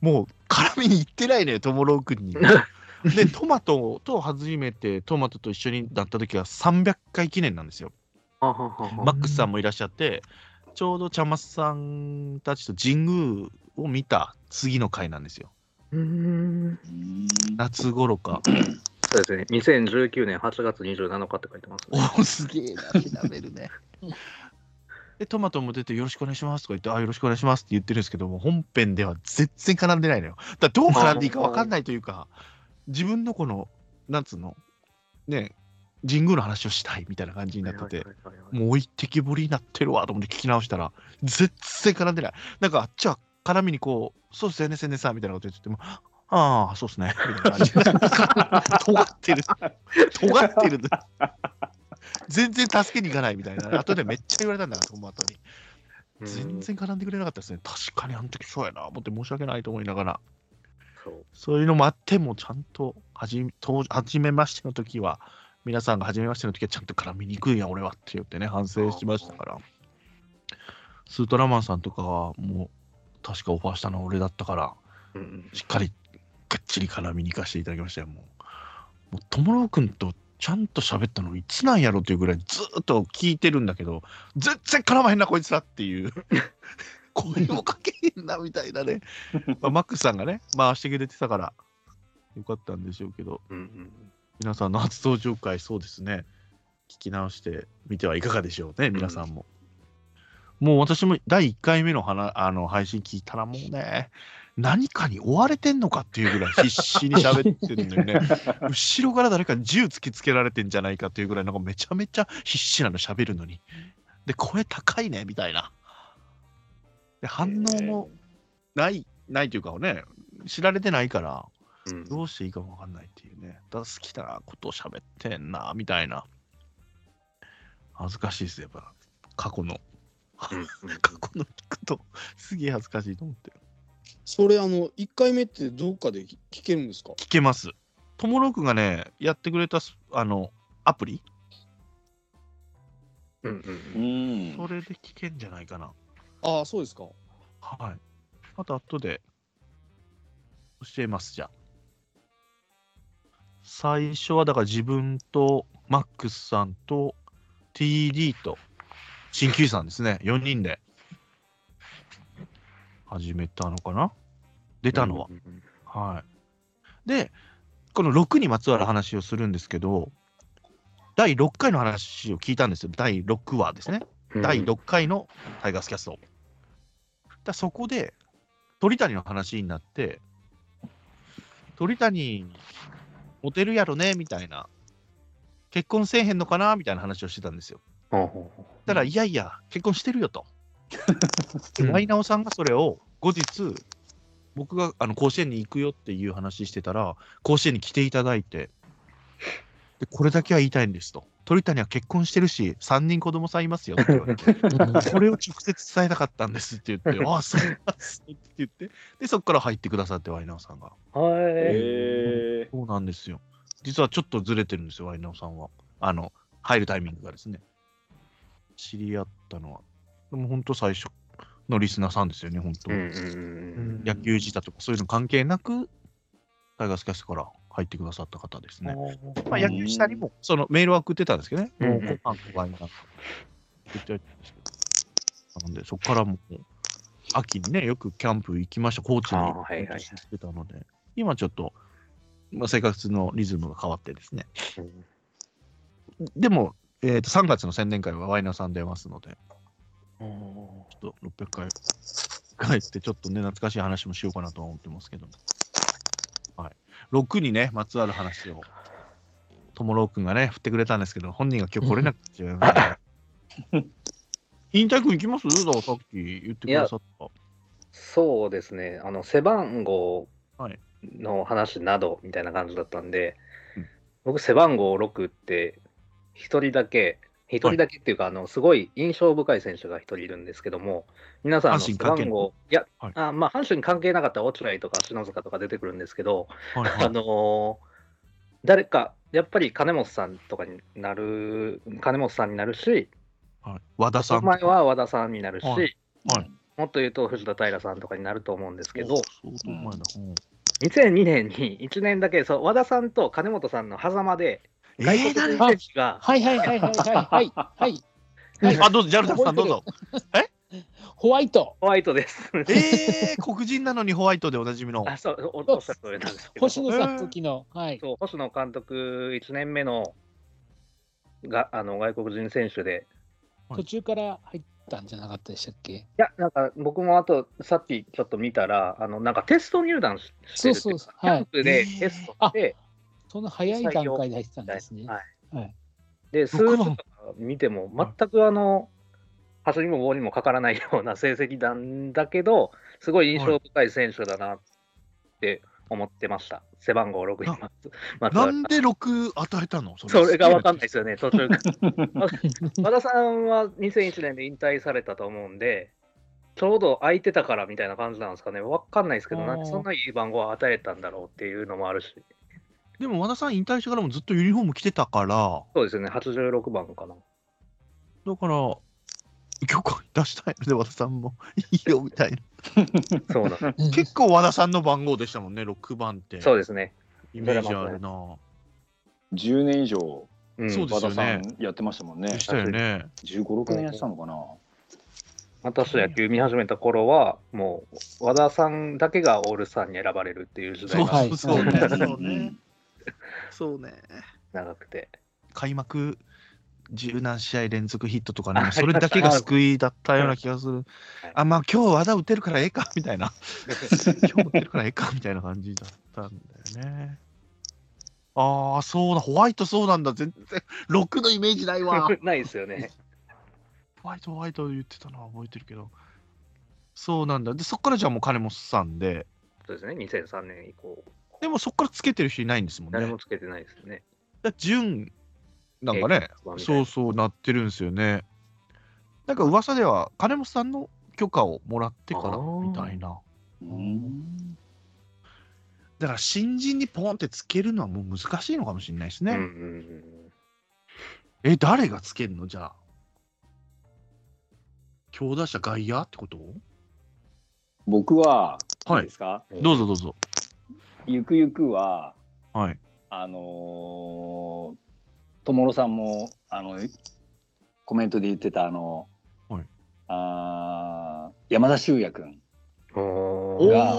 Speaker 1: もう絡みに行ってないのよ、ともろうくんに。で、トマトと初めてトマトと一緒になった時は300回記念なんですよ。
Speaker 4: はははは
Speaker 1: マックスさんもいらっしゃって、ちょうど茶松さんたちと神宮を見た次の回なんですよ。
Speaker 4: うん
Speaker 1: 夏頃か。
Speaker 4: そうですね。2019年8月27日って書いてます、ね。
Speaker 1: おすげえな、調べるね。で、トマトも出て、よろしくお願いしますとか言って、あ、よろしくお願いしますって言ってるんですけども、本編では全然絡んでないのよ。だからどう絡んでいいか分かんないというか、自分のこの、なんつうの、ね、神宮の話をしたいみたいな感じになってて
Speaker 4: は、いはいはいはい
Speaker 1: もう置いてきぼりになってるわと思って聞き直したら、全然絡んでない。なんかあっちは絡みにこう、そうですよね、千年さんみたいなこと言ってても、あああ、そうですね。みたいな感じ 尖ってる。尖ってる。全然助けに行かないみたいな。後でめっちゃ言われたんだから、その後に。
Speaker 4: うん
Speaker 1: 全然絡んでくれなかったですね。確かにあの時そうやな。思って申し訳ないと思いながら。
Speaker 4: そう
Speaker 1: そういうのもあって、もうちゃんとはじ当初初めましての時は、皆さんが初めましての時はちゃんと絡みにくいやん、俺はって言ってね、反省しましたから。スートラマンさんとかは、もう、確かオファーしたのは俺だったから、
Speaker 4: うんうん
Speaker 1: しっかりがっちり絡みに行かせていただきましたよ、もう。もう、ともろくんとちゃんと喋ったのいつなんやろっていうぐらいずーっと聞いてるんだけど、全然絡まへんな、こいつらっていう。声もかけへんな、みたいなね。まあ、マックスさんがね、回してくれてたから、よかったんでしょうけど、
Speaker 4: うんうん
Speaker 1: 皆さんの初登場回、そうですね。聞き直してみてはいかがでしょうね、皆さんも。もう私も第1回目の話あの配信聞いたらもうね、何かに追われてんのかっていうぐらい必死に喋ってるの よね。後ろから誰かに銃突きつけられてんじゃないかっていうぐらい、なんかめちゃめちゃ必死なの、喋るのに。で、声高いね、みたいな。で、反応もない、ないというかね、知られてないから、
Speaker 4: うん
Speaker 1: どうしていいかもわかんないっていうね。ただ好きなことを喋ってんな、みたいな。恥ずかしいです、やっぱ。過去の、
Speaker 4: うんう ん
Speaker 1: 過去の聞くと、すげえ恥ずかしいと思ってる。
Speaker 3: それあの1回目ってどっかで聞聞けるんですか
Speaker 1: 聞けます。ともろくんがね、やってくれたス、あの、アプリ、
Speaker 4: うんうん
Speaker 5: うん
Speaker 1: それで聞けんじゃないかな。
Speaker 3: ああそうですか
Speaker 1: はい。また後で教えます、じゃあ。最初はだから自分とマックスさんと TD と鍼灸師さんですね。4人で始めたのかな出たのは。
Speaker 4: うんうん
Speaker 1: はい。で、この6にまつわる話をするんですけど、第6回の話を聞いたんですよ。第6話ですね。
Speaker 4: うん
Speaker 1: 第6回のタイガースキャスト。だからそこで鳥谷の話になって、鳥谷、モテるやろねみたいな、結婚せえへんのかなみたいな話をしてたんですよ。
Speaker 4: ほうほうほ
Speaker 1: だから、いやいや、結婚してるよと。
Speaker 4: うん
Speaker 1: ライナオさんがそれを後日、僕があの甲子園に行くよっていう話してたら、甲子園に来ていただいて、でこれだけは言いたいんですと。鳥谷は結婚してるし、3人子供さんいますよって言われて。これを直接伝えたかったんですって言って、ああ、そうなんですねって言って、で、そこから入ってくださって、ワイナオさんが。
Speaker 4: うはい
Speaker 5: え
Speaker 1: そうなんですよ。実はちょっとずれてるんですよ、ワイナオさんは。あの、入るタイミングがですね。知り合ったのは。でも本当最初のリスナーさんですよね、本当。
Speaker 4: うんうんうん
Speaker 1: 野球自体とかそういうの関係なく、タイガースキャストから入ってくださった方ですね。まあ、野球したりも、そのメールは送ってたんですけどね、
Speaker 4: うん
Speaker 1: もう後半、後半になって、送ってはいたんですけど、なので、そこからもう、秋にね、よくキャンプ行きました、高知に
Speaker 4: あーはいはいはい
Speaker 1: 行ってたので、今ちょっと、まあ、生活のリズムが変わってですね、
Speaker 4: うん
Speaker 1: でも、えー、と3月の宣伝会はワイナーさん出ますので、ちょっと600回帰って、ちょっとね、懐かしい話もしようかなとは思ってますけども、はい、6にね、まつわる話を、ともろうくんがね、振ってくれたんですけど、本人が今日来れなくて、引退君行きますだからさっき言ってくださった。
Speaker 4: そうですね、あの背番号
Speaker 1: はい
Speaker 4: の話などみたいな感じだったんで、
Speaker 1: うん
Speaker 4: 僕、背番号6って、1人だけ、1人だけっていうか、あのすごい印象深い選手が1人いるんですけども、皆さん、あの
Speaker 1: 阪
Speaker 4: 背
Speaker 1: 神関係
Speaker 4: 番号、いや、
Speaker 1: はい
Speaker 4: あまあ、阪神関係なかったら、落合とか篠塚とか出てくるんですけど、
Speaker 1: はい
Speaker 4: あのー誰か、やっぱり金本さんとかになる、金本さんになるし、
Speaker 1: はい、和田さ
Speaker 4: お
Speaker 1: ん。
Speaker 4: 前は和田さんになるし、
Speaker 1: はいはい
Speaker 4: もっと言うと藤田平さんとかになると思うんですけど
Speaker 1: お、相当前だ。うん
Speaker 4: 2002年に1年だけそう和田さんと金本さんの狭間で
Speaker 1: え
Speaker 4: 外
Speaker 1: ー、
Speaker 4: 国
Speaker 1: 誰
Speaker 4: 人選手が、
Speaker 6: はいはいはいはいはいはいはい。誰
Speaker 1: あ、どうぞ、ジャルダさん、どうぞ。
Speaker 6: ホワイト。
Speaker 4: ホワイトです。
Speaker 1: えー、黒人なのにホワイトでおなじみの。
Speaker 4: あそうおおっしゃる通りなんですけど
Speaker 6: 星野さんの時の。はい。
Speaker 4: そう星野監督1年目のがあの外国人選手で、
Speaker 1: はい
Speaker 6: 途中から入ったんじゃなかったでしたっけ
Speaker 4: いや、なんか僕もあとさっきちょっと見たら、あのなんかテスト入団ししてるってい
Speaker 6: そう
Speaker 4: う
Speaker 6: そ
Speaker 4: か
Speaker 6: う
Speaker 4: キ
Speaker 6: はい
Speaker 4: ャンプでテストして、
Speaker 6: その早い段階で入ってたんですね。
Speaker 4: はい
Speaker 6: はい
Speaker 4: で、数
Speaker 1: 僕
Speaker 4: 字
Speaker 1: も
Speaker 4: とか見ても、全くあの、端にも棒にもかからないような成績なんだけど、すごい印象深い選手だなって思ってました。背番号6に
Speaker 1: な
Speaker 4: まつ まつわ
Speaker 1: な
Speaker 4: る
Speaker 1: んで6与えたのそ
Speaker 4: それが分かんないですよね、途中から。 ま和田さんは2001年で引退されたと思うんで、ちょうど空いてたからみたいな感じなんですかね、分かんないですけど、
Speaker 6: あー
Speaker 4: なんでそんないい番号を与えたんだろうっていうのもあるし、
Speaker 1: でも和田さん引退してからもずっとユニフォーム着てたから、
Speaker 4: そうですよね、86番か な。
Speaker 1: だから、許可出したいので、和田さんもいいよみたいな。
Speaker 4: そうなん
Speaker 1: 結構和田さんの番号でしたもんね、6番って。
Speaker 4: そうですね。
Speaker 1: イメージあるな。
Speaker 5: 10年以上
Speaker 4: うん、
Speaker 1: そうですよ
Speaker 5: 和田
Speaker 1: ね
Speaker 5: さんやってましたもんね
Speaker 1: でしたよね。
Speaker 5: 1 5 6年やってたのかな
Speaker 4: 私野球見始めた頃は、もう和田さんだけがオールスターに選ばれるっていう時
Speaker 1: そ
Speaker 4: 代
Speaker 1: う
Speaker 4: が
Speaker 1: そうそうね。そう
Speaker 5: う
Speaker 1: ね
Speaker 5: ん。
Speaker 1: そうね。
Speaker 4: 長くて。
Speaker 1: 開幕十何試合連続ヒットとかね、それだけが救いだったような気がする
Speaker 4: はい。
Speaker 1: あ、まあ今日和田打てるからええかみたいな。今日打てるからええかみたいな感じだったんだよね。 ああ、そうだ、ホワイトそうなんだ、全然、6のイメージない わ。
Speaker 4: ないですよね。
Speaker 1: ホワイトホワイト言ってたのは覚えてるけど。そうなんだ。で、そっからじゃあもう金本さんで、
Speaker 4: そうですね、2003年以降、
Speaker 1: でもそっからつけてる人いないんですもんね。
Speaker 4: 誰も
Speaker 1: だか
Speaker 4: つけてないですよね。
Speaker 1: ら純なんかね、そうそうなってるんですよね。なんか噂では金本さんの許可をもらってから
Speaker 4: あー
Speaker 1: みたいな。
Speaker 5: うん
Speaker 1: だから新人にポンってつけるのはもう難しいのかもしれないですね。
Speaker 4: うんうんうん
Speaker 1: え、誰がつけるのじゃあ。強打者外野ってこと
Speaker 5: 僕は、
Speaker 1: はい
Speaker 5: いいですか
Speaker 1: どうぞどうぞ。
Speaker 5: ゆくゆくは
Speaker 1: はい。
Speaker 5: あのー、ともろさんもあのコメントで言ってたあの、
Speaker 1: はい
Speaker 5: あー山田修也君
Speaker 4: おー
Speaker 5: が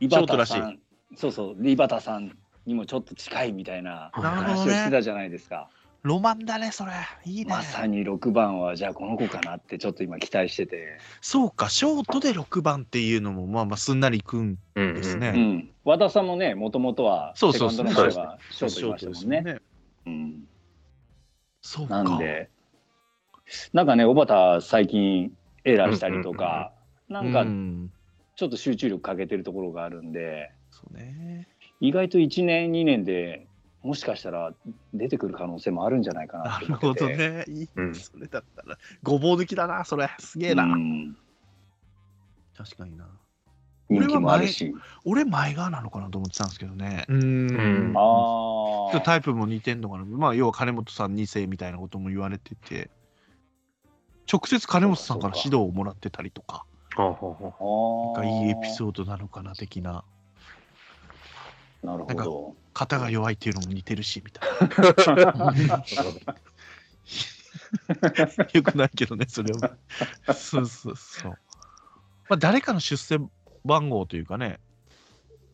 Speaker 5: 井
Speaker 1: ショート
Speaker 5: 端
Speaker 1: らし
Speaker 5: さんそうそうで井端さんにもちょっと近いみたいな
Speaker 1: なるほ
Speaker 5: 話
Speaker 1: ど
Speaker 5: をして
Speaker 1: ね。
Speaker 5: たじゃないですか、
Speaker 1: ロマンだね、それ。いいね。
Speaker 5: まさに6番はじゃあこの子かなってちょっと今期待してて、
Speaker 1: そうか、ショートで6番っていうのも、まあまあ、すんなりいくん
Speaker 4: うんうん
Speaker 1: です
Speaker 5: う
Speaker 1: ね。
Speaker 5: ん、和田さんもねもともとはセ
Speaker 1: そう
Speaker 5: カ
Speaker 1: そう
Speaker 5: ンドの
Speaker 4: そう
Speaker 5: 前はショートいましたもんね。
Speaker 1: ね。
Speaker 5: うん
Speaker 1: そうか。
Speaker 5: なんで、なんかね、小畑、最近、エラーしたりとか、なん
Speaker 1: う
Speaker 5: か
Speaker 1: ん
Speaker 5: ちょっと集中力かけてるところがあるんで、
Speaker 1: そうね。
Speaker 5: 意外と1年、2年でもしかしたら出てくる可能性もあるんじゃないかな
Speaker 1: なる
Speaker 5: と思って
Speaker 1: ほど
Speaker 5: て
Speaker 1: ね。いい
Speaker 4: うん
Speaker 1: それだったら、ごぼう抜きだな、それ。すげえな。
Speaker 5: うん
Speaker 1: 確かにな。
Speaker 5: 人気もあるし。
Speaker 1: 俺、前側なのかなと思ってたんですけどね。
Speaker 2: うー
Speaker 4: う
Speaker 2: ん。
Speaker 4: ん
Speaker 1: ち
Speaker 5: あ
Speaker 1: ょっと
Speaker 5: ー
Speaker 1: タイプも似てんのかな。まあ、要は金本さん2世みたいなことも言われてて、直接金本さんから指導をもらってたりとか、
Speaker 4: ほうほうほう
Speaker 5: あー
Speaker 1: なんかいいエピソードなのかな、的な。
Speaker 5: なるほ
Speaker 1: 肩が弱いっていうのも似てるし、みたいな。よくない けどね、それは。そうそうそう。まあ、誰かの出世番号というかね、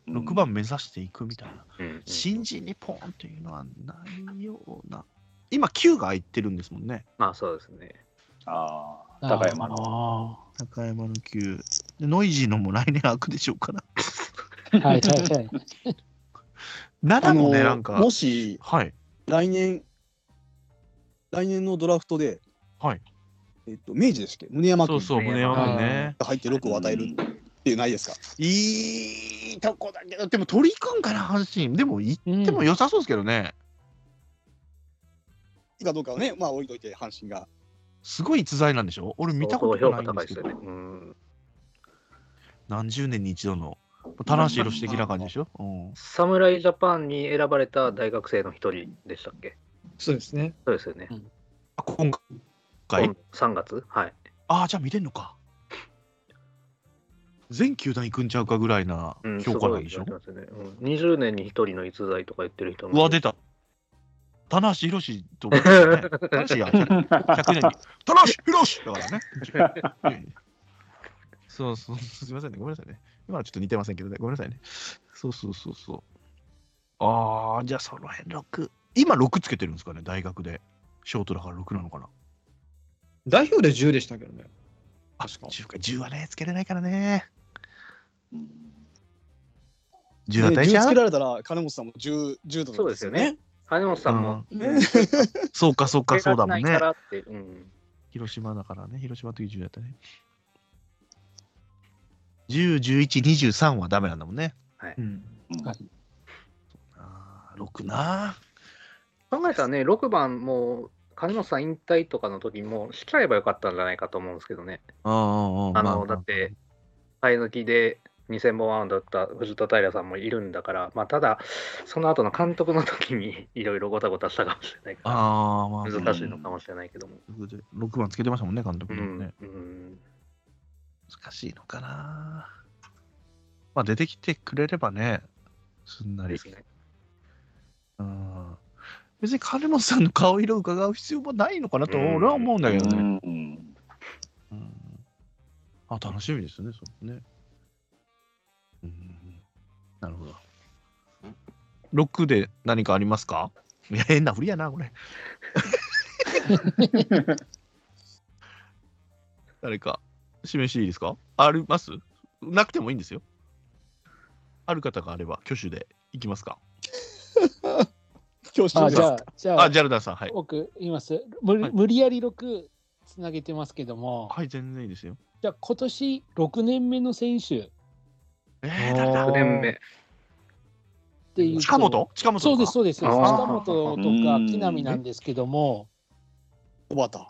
Speaker 5: ど。
Speaker 1: 6番目指していくみたいな。
Speaker 4: うん
Speaker 1: 新人にポンっていうのはないような。今、9が空いてるんですもんね。
Speaker 4: まあそうですね。
Speaker 5: あー高山の。
Speaker 1: ああ。高山の9。でノイジーのも来年空くでしょうから。
Speaker 6: はいはいはい。
Speaker 1: 7
Speaker 3: あの
Speaker 1: もね、なんか
Speaker 3: も。し
Speaker 1: はい。
Speaker 3: 来年来年のドラフトで、
Speaker 1: はい
Speaker 3: えっと、明治ですっけ宗山
Speaker 1: そ
Speaker 3: 君
Speaker 1: うそう、胸
Speaker 6: 山
Speaker 1: 山ね。
Speaker 3: が入って6を与えるっていうないですか、
Speaker 1: いいとこだけど、でも鳥くんかな、阪神。でも、行
Speaker 6: うん
Speaker 1: っても良さそうですけどね。
Speaker 3: いいかどうかはねまあ置いといて阪神が
Speaker 1: すごい逸材なんでしょ俺見たこと
Speaker 4: 相当
Speaker 1: ないんで
Speaker 4: 評価高い
Speaker 1: す
Speaker 4: で
Speaker 1: け
Speaker 4: す
Speaker 1: ど、
Speaker 4: よね。うん
Speaker 1: 何十年に一度の田中宏的な感じでしょ、うん、
Speaker 4: 侍ジャパンに選ばれた大学生の一人でしたっけ
Speaker 2: そうですね。
Speaker 4: そうですよね。
Speaker 1: あ今回
Speaker 4: 今度3月はい。
Speaker 1: ああじゃあ見れんのか全球団行くんちゃうかぐらいな
Speaker 4: うん、
Speaker 1: 評価なんでしょ、
Speaker 4: すごい言われてますよねうん20年に一人の逸材とか言ってる人
Speaker 1: う
Speaker 4: も
Speaker 1: わ出た田中宏と思ってた ね田中や100年に田中宏だからね そうそうすみませんねごめんなさいね今はちょっと似てませんけどねごめんなさいねそうそうそうそうああじゃあその辺6今6つけてるんですかね大学でショートだから6なのかな
Speaker 2: 代表で10でしたけどね。
Speaker 1: あ10か10はねつけれないからね10は
Speaker 3: ね
Speaker 1: 大
Speaker 3: 10
Speaker 1: 事や
Speaker 3: つけられたら金本さんも 10, 10とか
Speaker 4: そうですよね。羽本さんも。
Speaker 1: うんそうかそうかそうだもんね
Speaker 4: 選ばれないからってうん
Speaker 1: 広島だからね、広島の時10だったね。10、11、23はダメなんだもんね。
Speaker 2: うん
Speaker 5: うん
Speaker 1: あー6な
Speaker 4: 考えたらね、6番、もう、金本さん引退とかの時にも、しちゃえばよかったんじゃないかと思うんですけどね。
Speaker 1: ああ
Speaker 4: あの、だって、生え抜きで2000本アウンドだった藤田平さんもいるんだから、まあ、ただ、その後の監督の時に いろいろごたごたしたかもしれないか
Speaker 1: ああまあ
Speaker 4: ら、難しいのかもしれないけども。
Speaker 1: 6番つけてましたもんね監督
Speaker 4: う
Speaker 1: もね、
Speaker 4: ん。うん
Speaker 1: 難しいのかなまあ出てきてくれればねすんな
Speaker 4: で
Speaker 1: り、
Speaker 4: すね。
Speaker 1: うん、別に金本さんの顔色を伺う必要もないのかなと
Speaker 4: うん
Speaker 1: 俺は思うんだけどね、
Speaker 5: うん
Speaker 1: うんあ楽しみですね、そうね。うん、なるほど。6で何かありますか いや変なふりやな、これ。 誰か、示していいですかありますなくてもいいんですよ。ある方があれば、挙手でいきますか。
Speaker 3: 今日
Speaker 6: あ、
Speaker 3: し
Speaker 6: じゃあ、じゃ
Speaker 1: あ、
Speaker 6: あ、
Speaker 1: ジャルダンさん、はい。
Speaker 6: 僕、言います。無
Speaker 1: はい
Speaker 6: 理無理やり6つなげてますけども、
Speaker 1: はい、全然いいですよ。
Speaker 6: じゃあ、今年6年目の選手っ
Speaker 1: えー、
Speaker 6: あー
Speaker 1: 誰だ
Speaker 4: 9年目。
Speaker 6: ていうと。
Speaker 1: 近本近本とか
Speaker 6: そうです、。そうです。
Speaker 5: あ
Speaker 6: 近
Speaker 5: ー
Speaker 6: 本とか
Speaker 5: うん
Speaker 6: 木浪なんですけども、
Speaker 3: 小畑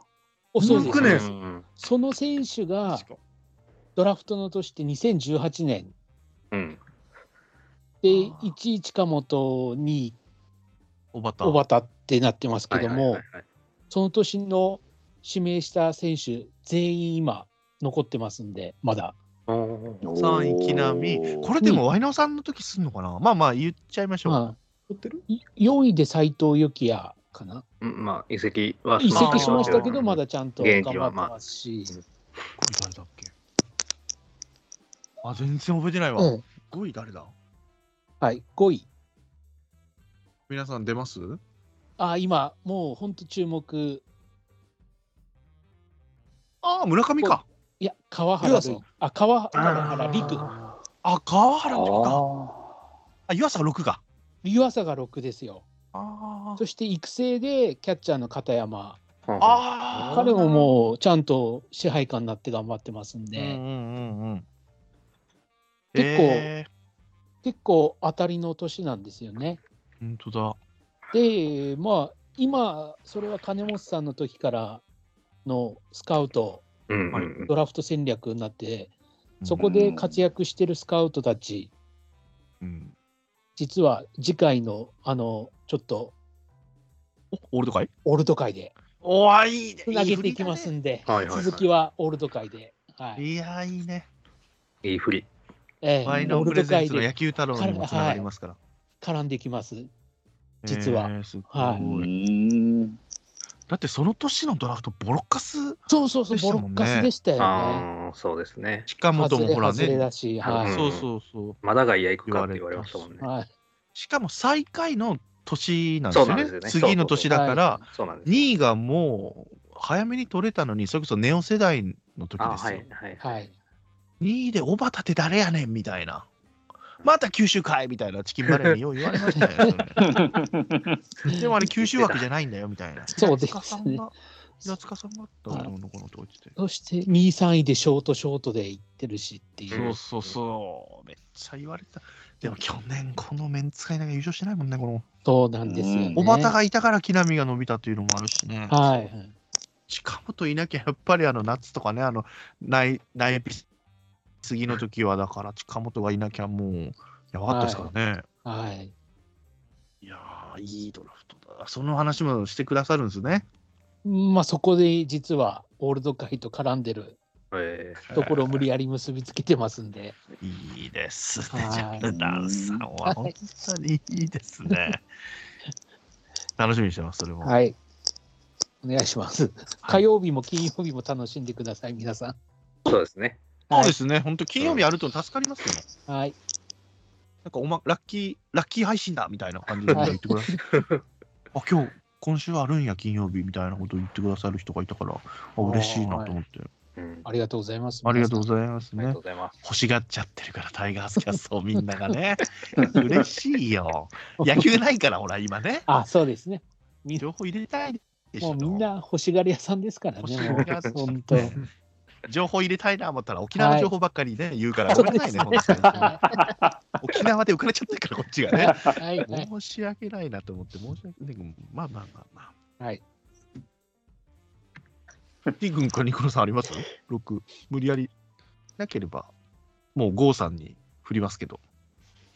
Speaker 6: おそうです
Speaker 2: 6年
Speaker 4: うん
Speaker 6: その選手が
Speaker 3: 確か
Speaker 6: ドラフトの年って2018年
Speaker 4: うん。
Speaker 6: で
Speaker 1: あー
Speaker 6: 1位近本に
Speaker 1: 小畑。
Speaker 6: 小畑ってなってますけど
Speaker 4: は
Speaker 6: も
Speaker 4: いはいはいはい
Speaker 6: その年の指名した選手全員今残ってますんでまだ
Speaker 4: おー
Speaker 1: 3位、木浪。これでも、ワイナオさんの時すんのかなまあまあ、言っちゃいましょう。
Speaker 6: ま
Speaker 2: 撮ってる
Speaker 6: あ、い4位で斎藤幸也かな
Speaker 4: うんまあ、移籍は
Speaker 6: 移
Speaker 1: まあ
Speaker 6: 籍しましたけ
Speaker 1: う
Speaker 6: ど
Speaker 1: ん
Speaker 6: まだちゃんと
Speaker 4: 現
Speaker 6: 頑
Speaker 4: 役
Speaker 6: 張
Speaker 4: は
Speaker 6: ってますし、
Speaker 1: 誰だっけあ、全然覚えてないわ。
Speaker 6: うん
Speaker 1: 5位誰だ
Speaker 6: はい、5位
Speaker 1: 皆さん出ます
Speaker 6: あ今もう本当注目
Speaker 1: ああ、村上か。
Speaker 6: いや川原
Speaker 3: 湯浅
Speaker 6: 瑠あ川川原陸
Speaker 1: あ、川原
Speaker 5: あ
Speaker 1: 君か。
Speaker 5: ー
Speaker 1: あ、湯浅6が。
Speaker 6: 湯浅が6ですよ
Speaker 1: あー
Speaker 6: そして育成でキャッチャーの片山
Speaker 4: あ
Speaker 1: あー。
Speaker 6: 彼ももうちゃんと支配下になって頑張ってますん
Speaker 1: う
Speaker 6: で、
Speaker 1: んうんうんうん。
Speaker 6: 結構
Speaker 1: えー
Speaker 6: 結構当たりの年なんですよね。
Speaker 1: 本当だ。
Speaker 6: でまあ今それは金本さんの時からのスカウト
Speaker 4: うんうんうん
Speaker 6: ドラフト戦略になって
Speaker 1: うん
Speaker 6: そこで活躍してるスカウトたち
Speaker 1: うん、
Speaker 6: 実は次回のあのちょっと
Speaker 1: おオールドかい
Speaker 6: オールド会で
Speaker 1: おーいいね。
Speaker 6: つなげていきます
Speaker 1: い
Speaker 6: んで
Speaker 4: はいはいはい
Speaker 6: 続きはオールド会で。は
Speaker 1: い振りだね。い
Speaker 6: い
Speaker 1: やー、いいね。
Speaker 4: いい振り。
Speaker 6: ええ
Speaker 1: ワイナ
Speaker 6: オ
Speaker 1: オ
Speaker 6: ー
Speaker 1: プ
Speaker 6: ル
Speaker 1: レ
Speaker 6: ド
Speaker 1: ゼン
Speaker 6: 会
Speaker 1: ツの
Speaker 6: で
Speaker 1: 野球太郎にもつながりますから。
Speaker 6: 絡んできます。実は
Speaker 1: えーすっごい
Speaker 6: は
Speaker 5: うん
Speaker 1: だってその年のドラフトボロカス
Speaker 6: そうそうそう、
Speaker 1: でし
Speaker 6: ボ
Speaker 1: た
Speaker 6: ロ
Speaker 1: もんね
Speaker 6: ッカスでしたよね。
Speaker 4: ああ、そうですね。
Speaker 1: 近本
Speaker 6: 外
Speaker 1: も
Speaker 6: れ
Speaker 1: ほら
Speaker 6: 外れ
Speaker 1: ね
Speaker 6: だし、
Speaker 4: あ
Speaker 6: はい。
Speaker 1: そうそうそう
Speaker 4: まだがいや行くかって言われましたもんね。
Speaker 6: はい、
Speaker 1: しかも最下位の年なんですよ
Speaker 4: そう
Speaker 1: ね
Speaker 4: なんですよね
Speaker 1: 次の年だから
Speaker 4: そうなんです。
Speaker 1: 2位がもう早めに取れたのにそれこそネオ世代の時
Speaker 4: あ
Speaker 1: で
Speaker 4: あ
Speaker 1: す
Speaker 4: は
Speaker 1: よ、
Speaker 4: いはい。
Speaker 6: はい、
Speaker 1: 2位で小畑って誰やねんみたいなまた九州かいみたいなチキンバレーによう言われましたよ、それでもあれ九州枠じゃないんだよみたいな
Speaker 6: そうです
Speaker 1: 平塚さん
Speaker 6: ね
Speaker 1: が。平塚さんがどうのこうのと落ちて
Speaker 6: そして2位、3位でショート、ショートでいってるしっていう。
Speaker 1: そうそうそう、めっちゃ言われてた。でも去年、このメンツがいながら優勝してないもんね、この。
Speaker 6: そうなんですよ、ね。
Speaker 5: う
Speaker 1: 小畑がいたから木浪が伸びたっていうのもあるしね。
Speaker 6: はいはい。
Speaker 1: 近本いなきゃやっぱりあの夏とかね、あの、内内ピ次の時はだから近本がいなきゃもう、やばかったですからね。
Speaker 6: はい。
Speaker 1: い、やー、いいドラフトだ。その話もしてくださるんですね。
Speaker 6: まあそこで実はオールド会と絡んでる
Speaker 4: え
Speaker 6: ところを無理やり結びつけてますんで、
Speaker 1: いいですね
Speaker 6: は、い
Speaker 1: ジャルダンさんは。本当にいいですね。楽しみにしてます、それも。
Speaker 6: はい。お願いします。火曜日も金曜日も楽しんでください、皆さ
Speaker 4: えそうですね。
Speaker 1: そうですね、本当金曜日あると助かりますよね。
Speaker 6: ん。はい。
Speaker 1: なんかおまラッキーラッキー配信だみたいな感じで言
Speaker 6: は
Speaker 1: っ
Speaker 6: い
Speaker 1: てください。あ今日今週あるんや金曜日みたいなことを言ってくださる人がいたからあ嬉しいなと思って、
Speaker 4: うん。
Speaker 6: ありがとうございます。
Speaker 1: ありがとうご
Speaker 6: ざい
Speaker 1: ざいます
Speaker 4: ありが
Speaker 1: ね
Speaker 4: とうございます。
Speaker 1: 欲しがっちゃってるからタイガースキャストをみんながね 嬉しいよ野球ないからほら今ね
Speaker 6: ます。あ、そうですね。み
Speaker 1: 情報入れたいでし
Speaker 6: も
Speaker 1: ょ
Speaker 6: うみんな欲しがり屋さんですから
Speaker 1: 欲し
Speaker 6: ね。
Speaker 1: がり屋さん
Speaker 6: もう本 当。
Speaker 1: 情報入れたいな思ったら沖縄の情報ばっかりね、言うからごめんなさいね、
Speaker 6: そう
Speaker 1: 本当に沖縄で浮かれちゃってるから、こっちがね。
Speaker 6: はいはい
Speaker 1: 申し訳ないなと思って、申し訳ない。でもまあまあまあま
Speaker 6: はい。
Speaker 1: あ。T 君かニコロさんあります ?6。無理やりなければ、もう郷さんに振りますけど。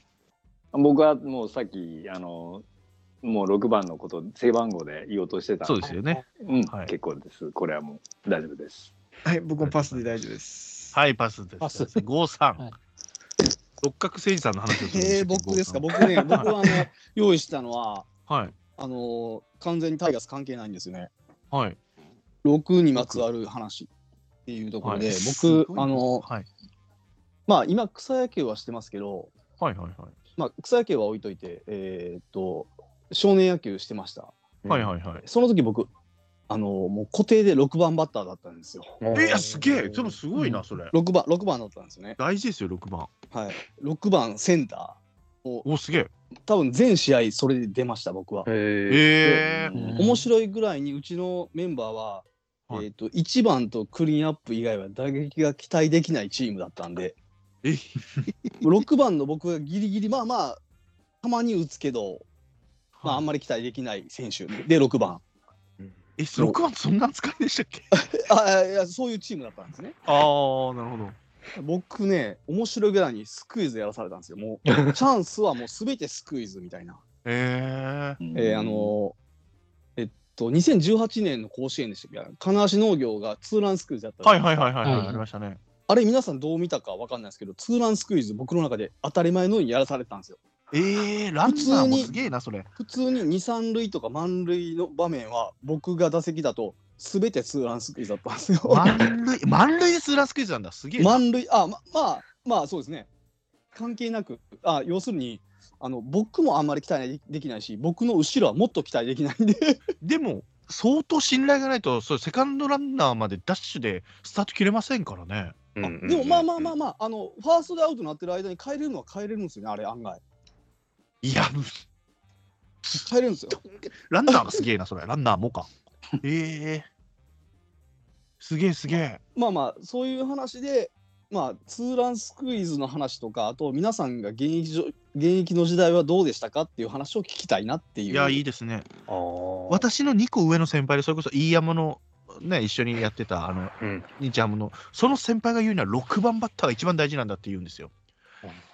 Speaker 5: 僕はもうさっきあのもう6番のこと正番号で言おうとしてたん
Speaker 1: そうですよね。
Speaker 5: うん
Speaker 1: はい
Speaker 5: 結構ですこれはもう大丈夫です
Speaker 2: はい、僕もパスで大丈夫です。
Speaker 1: はい、パスです。
Speaker 6: パス
Speaker 1: 郷さん。
Speaker 6: はい
Speaker 1: 六角誠治さんの話をするん
Speaker 3: え
Speaker 1: し
Speaker 3: ー、
Speaker 1: たっけ
Speaker 3: 僕ですか
Speaker 1: 郷
Speaker 3: 僕ね僕はあの用意したのは
Speaker 1: さんはい。
Speaker 3: あのー完全にタイガース関係ないんですよね
Speaker 1: はい。
Speaker 3: 6にまつわる話っていうところで、
Speaker 1: はい
Speaker 3: 僕あのー
Speaker 1: はい。
Speaker 3: まあ今草野球はしてますけど、
Speaker 1: はいはいは
Speaker 3: まあ、草野球は置いといてえーっと少年野球してました
Speaker 1: い。はいはいはい。
Speaker 3: その時僕あのーもう固定で6番バッターだったんですよ
Speaker 1: いや、すげえ。でもすごいな、それ。
Speaker 3: 6番6番だったんですよね
Speaker 1: 大事ですよ、6番。
Speaker 3: はい6番センターも
Speaker 1: お、すげえ。
Speaker 3: う多分全試合それで出ました僕は
Speaker 4: え
Speaker 1: え
Speaker 6: う
Speaker 1: え。
Speaker 6: ん
Speaker 3: 面白いぐらいにうちのメンバーは、
Speaker 1: はい
Speaker 3: えー、と1番とクリーンアップ以外は打撃が期待できないチームだったんで
Speaker 1: え
Speaker 3: 6番の僕がギリギリまあまあたまに打つけど、まあ、あん
Speaker 1: ま
Speaker 3: まり期待できない選手で6番
Speaker 1: え、6番ってそんな扱いでしたっけ
Speaker 3: あいやそういうチームだったんですね
Speaker 1: ああ、なるほど。
Speaker 3: 僕ね面白いぐらいにスクイズやらされたんですよ もうチャンスはもう全てスクイズみたいな、
Speaker 1: ええ。
Speaker 3: えーあのえっと2018年の甲子園でしたっけ金足農業がツーランスクイズやったんですよ
Speaker 1: はいはいはいはいはい、
Speaker 6: はい
Speaker 1: ありましたね。
Speaker 3: あれ皆さんどう見たかわかんないですけどツーランスクイズ僕の中で当たり前のようにやらされてたんですよ
Speaker 1: ええランナーもすげえな、それ。
Speaker 3: 普通に二三塁とか満塁の場面は僕が打席だと全てツーランスクイズだったんですよ、
Speaker 1: 満塁、満塁でスーラースクイズなんだ、すげえな。
Speaker 3: 満塁あままあまあそうですね関係なくあ要するにあの僕もあんまり期待できないし僕の後ろはもっと期待できないんで
Speaker 1: でも、相当信頼がないと、そうセカンドランナーまでダッシュでスタート切れませんからね。
Speaker 4: で
Speaker 3: でもまあまあまあまああのファーストでアウトになってる間に変えれるのは変えれるんですよねあれ案外
Speaker 1: いや、
Speaker 3: 変えれるんですよ
Speaker 1: ランナーがすげえな、それ。ランナーもか。ええすげえすげえ。
Speaker 3: まあまあそういう話で、まあ、ツーランスクイズの話とかあと皆さんが現役じょ現役の時代はどうでしたかっていう話を聞きたいなっていう。
Speaker 1: いや、いいですね。
Speaker 4: あー
Speaker 1: 私の2個上の先輩で、それこそ飯山の、ね、一緒にやってた、あの、
Speaker 4: うん
Speaker 1: 日ハムのその先輩が言うには6番バッターが一番大事なんだって言うんですよ。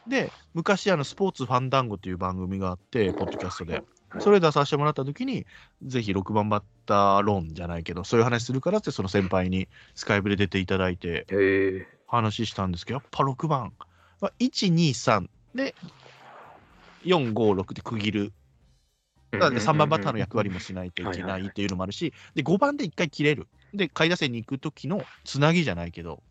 Speaker 1: で昔あのスポーツファンダンゴっていう番組があってポッドキャストでそれ出させてもらった時にぜひ6番バッター論じゃないけどそういう話するからってその先輩にスカイブで出ていただいて
Speaker 4: へえ
Speaker 1: 話したんですけどやっぱ6番、まあ、123で456で区切るなので3番バッターの役割もしないといけないっていうのもあるし、で5番で1回切れる。で、下位打線に行く時のつなぎじゃないけど、だか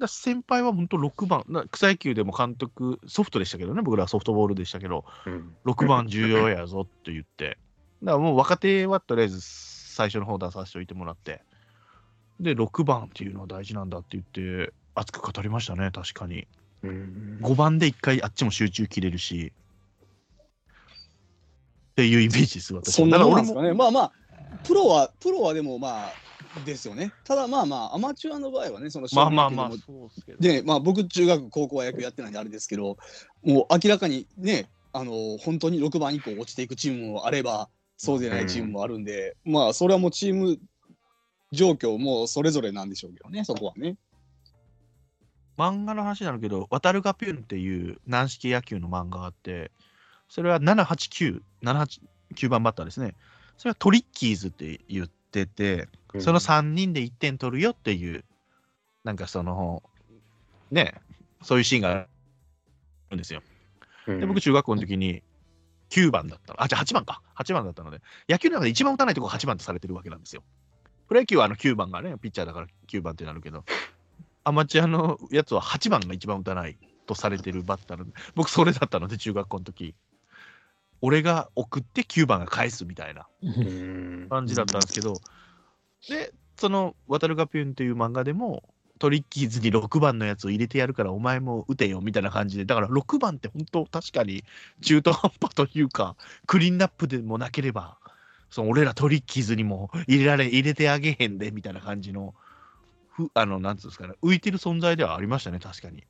Speaker 1: ら先輩は本当6番、な草野球でも監督、ソフトでしたけどね、僕らはソフトボールでしたけど、
Speaker 4: うん
Speaker 1: 6番重要やぞって言って、だからもう若手はとりあえず最初の方出させておいてもらって、で、6番っていうのは大事なんだって言って、熱く語りましたね、確かに。
Speaker 4: うん
Speaker 1: 5番で1回あっちも集中切れるし。っていうイメージです、私は
Speaker 3: そんな
Speaker 1: だ
Speaker 3: も
Speaker 1: か
Speaker 3: ん
Speaker 1: ら
Speaker 3: な
Speaker 1: 俺
Speaker 3: んです
Speaker 1: も
Speaker 3: かね。まあまあプロはプロはでもまあですよね。ただまあまあアマチュアの場合はねその
Speaker 1: まあまあまあ
Speaker 3: 少年野球でも
Speaker 1: そうすけど
Speaker 3: でまあ僕中学高校は野球やってないんであれですけどもう明らかにねあの本当に6番以降落ちていくチームもあればそうでないチームもあるんで、まあそれはもうチーム状況もそれぞれなんでしょうけどねそこはね。
Speaker 1: 漫画の話なるけど「渡るがピュン」っていう軟式野球の漫画があってそれは789789番バッターですねそれはトリッキーズって言っててその3人で1点取るよっていうなんかそのねそういうシーンがあるんですよ
Speaker 4: うん
Speaker 1: で僕中学校の時に9番だったのあじゃあ8番か8番だったので野球の中で一番打たないとこが8番とされてるわけなんですよプロ野球はあの9番がねピッチャーだから9番ってなるけどアマチュアのやつは8番が一番打たないとされてるバッターなので僕それだったので中学校の時俺が送って9番が返すみたいな
Speaker 4: うん
Speaker 1: 感じだったんですけど、でその「渡るがピュン」っていう漫画でもトリッキーズに6番のやつを入れてやるからお前も打てよみたいな感じでだから6番って本当確かに中途半端というかクリーンナップでもなければその俺らトリッキーズにも入れられ入れてあげへんでみたいな感じのふあのなんつうんですかね浮いてる存在ではありましたね確かに。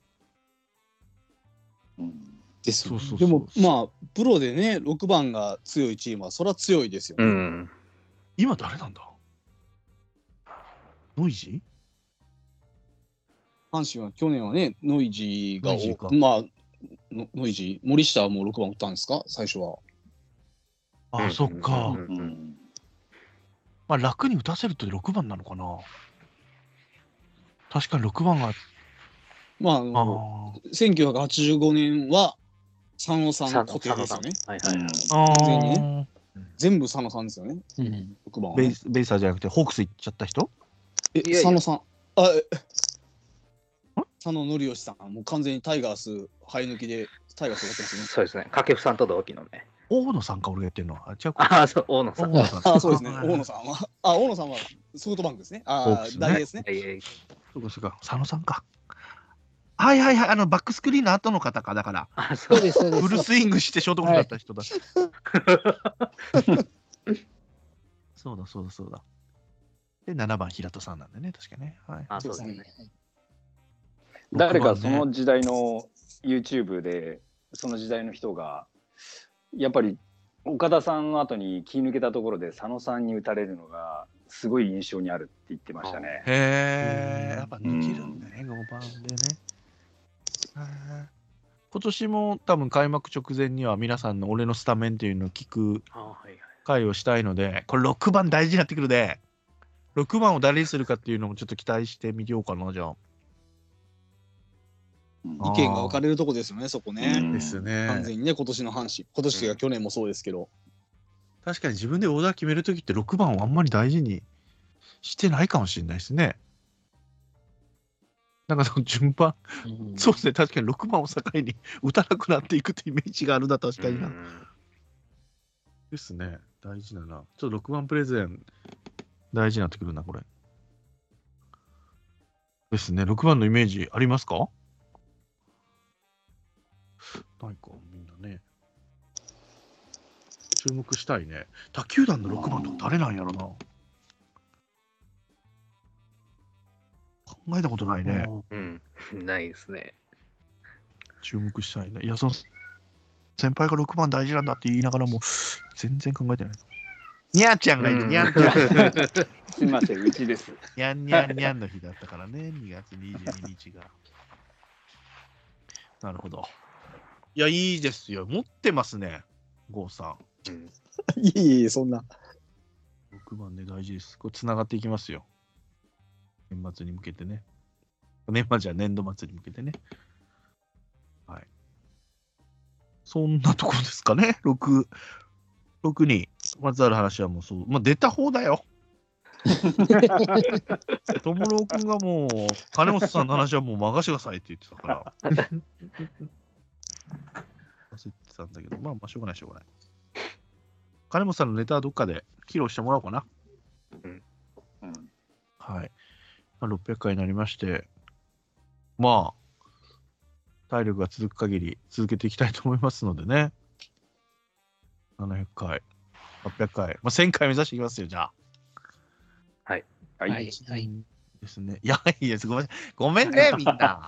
Speaker 5: うん
Speaker 3: ですよね
Speaker 1: そうそう
Speaker 3: で
Speaker 1: そう
Speaker 3: もまあプロでね6番が強いチームはそりゃ強いですよ、ね
Speaker 4: うん。
Speaker 1: 今誰なんだノイジ
Speaker 3: 阪神は去年はねノイジーが
Speaker 1: ノイジーか
Speaker 3: まあノノイジー森下はもう6番打ったんですか最初は
Speaker 1: あ、
Speaker 4: うん
Speaker 1: そっか、
Speaker 4: うん
Speaker 5: うんうん
Speaker 1: まあ、楽に打たせると6番なのかな確かに6番が
Speaker 3: まああ
Speaker 1: あ
Speaker 3: の
Speaker 1: ー
Speaker 3: 1985年は佐野さん
Speaker 4: 佐
Speaker 3: の
Speaker 4: 野
Speaker 3: 固定ですよね
Speaker 4: 佐野さんはい
Speaker 1: あー
Speaker 3: 全
Speaker 4: はい。
Speaker 3: 然全部佐野さんですよね
Speaker 6: うん
Speaker 3: 6番は
Speaker 1: ベ
Speaker 3: ね、
Speaker 1: イベイサーじゃなくてホークス行っちゃった人
Speaker 3: え
Speaker 4: いやいや
Speaker 3: 佐野さんあえ佐野則義さんもう完全にタイガース生え抜きでタイガース終わってますね
Speaker 4: そうですね。掛布さんと同期のね。
Speaker 1: 大野さんか俺がやってるのはあ違うか
Speaker 4: ああ、そう、大野さ
Speaker 1: 大
Speaker 4: ん。
Speaker 1: 野さん
Speaker 3: あそうですね、大野さんは。あ、大野さんはソフトバンクですね。
Speaker 1: ホー
Speaker 3: あ
Speaker 1: クスね
Speaker 3: ダイエーですね。
Speaker 4: いやいや
Speaker 1: そうかそうか佐野さんかはいはいはいあのバックスクリーンの後の方かだから
Speaker 4: あそ
Speaker 6: そう
Speaker 4: う。
Speaker 6: です、そうで
Speaker 1: フ
Speaker 6: す。
Speaker 1: ルスイングしてショートゴロだった人 だ、そうだそうだそうだで7番平戸さんなんだね確かねはい
Speaker 4: あそうです
Speaker 6: はい
Speaker 4: ね
Speaker 6: は。い
Speaker 5: 誰か
Speaker 1: 六
Speaker 5: そ
Speaker 1: 番
Speaker 5: の
Speaker 1: ね
Speaker 5: 時代の YouTube でその時代の人がやっぱり岡田さんの後に気抜けたところで佐野さんに打たれるのがすごい印象にあるって言ってましたね。
Speaker 1: へ
Speaker 5: う
Speaker 1: え
Speaker 5: ん
Speaker 1: やっぱ抜けるんだね5番でねへー今年も多分開幕直前には皆さんの俺のスタメンっていうのを聞く
Speaker 4: あはいはい。
Speaker 1: 回をしたいので、これ6番大事になってくるで、6番を誰にするかっていうのもちょっと期待してみようかな、じゃあ。
Speaker 5: うん
Speaker 1: あ
Speaker 3: 意見が分かれるとこですよね、そこね。
Speaker 1: です
Speaker 3: 完
Speaker 1: ね。
Speaker 3: 全にね、今年の阪神。今年というか去年もそうですけど。
Speaker 1: 確かに自分でオーダー決めるときって6番をあんまり大事にしてないかもしれないですね。なんかその順番、
Speaker 6: うん
Speaker 1: そうですね、確かに6番を境に打たなくなっていくってイメージがあるな、確かにな。ですね、大事だな。ちょっと6番プレゼン、大事になってくるな、これ。ですね、6番のイメージありますかないか、みんなね。注目したいね。他球団の6番とか誰なんやろな。考えたことないね。
Speaker 4: うん。うん。 ないですね。
Speaker 1: 注目したいね。いや、その先輩が6番大事なんだって言いながらも、全然考えてない。にゃーちゃんがいる、にゃーちゃん。
Speaker 5: すみません、うちです。
Speaker 1: にゃんにゃんにゃんの日だったからね、2月22日が。 なるほど。いや、いいですよ。持ってますね、郷さ
Speaker 4: うん
Speaker 3: いえいえいえ、そんな。
Speaker 1: ん。6番ね、大事です。これ、つながっていきますよ。年末に向けてね。年末じゃ年度末に向けてね。はい。そんなとこですかね、6。6にまつわる話はもうそう。まあ、出た方だよ。トムロー君がもう、金本さんの話はもう任せてくださいって言ってたから。忘れてたんだけど、まあまあ、しょうがない、しょうがない。金本さんのネタはどっかで披露してもらおうかな。
Speaker 5: うん
Speaker 1: はい。まあ600回になりまして、まあ、体力が続く限り続けていきたいと思いますのでね。700回、800回、まあ、1000回目指していきますよ、じゃあ。
Speaker 5: はい、
Speaker 6: はい、はい。
Speaker 1: ですね。いや、いいです。ごめんなさい。ごめんね、みん な。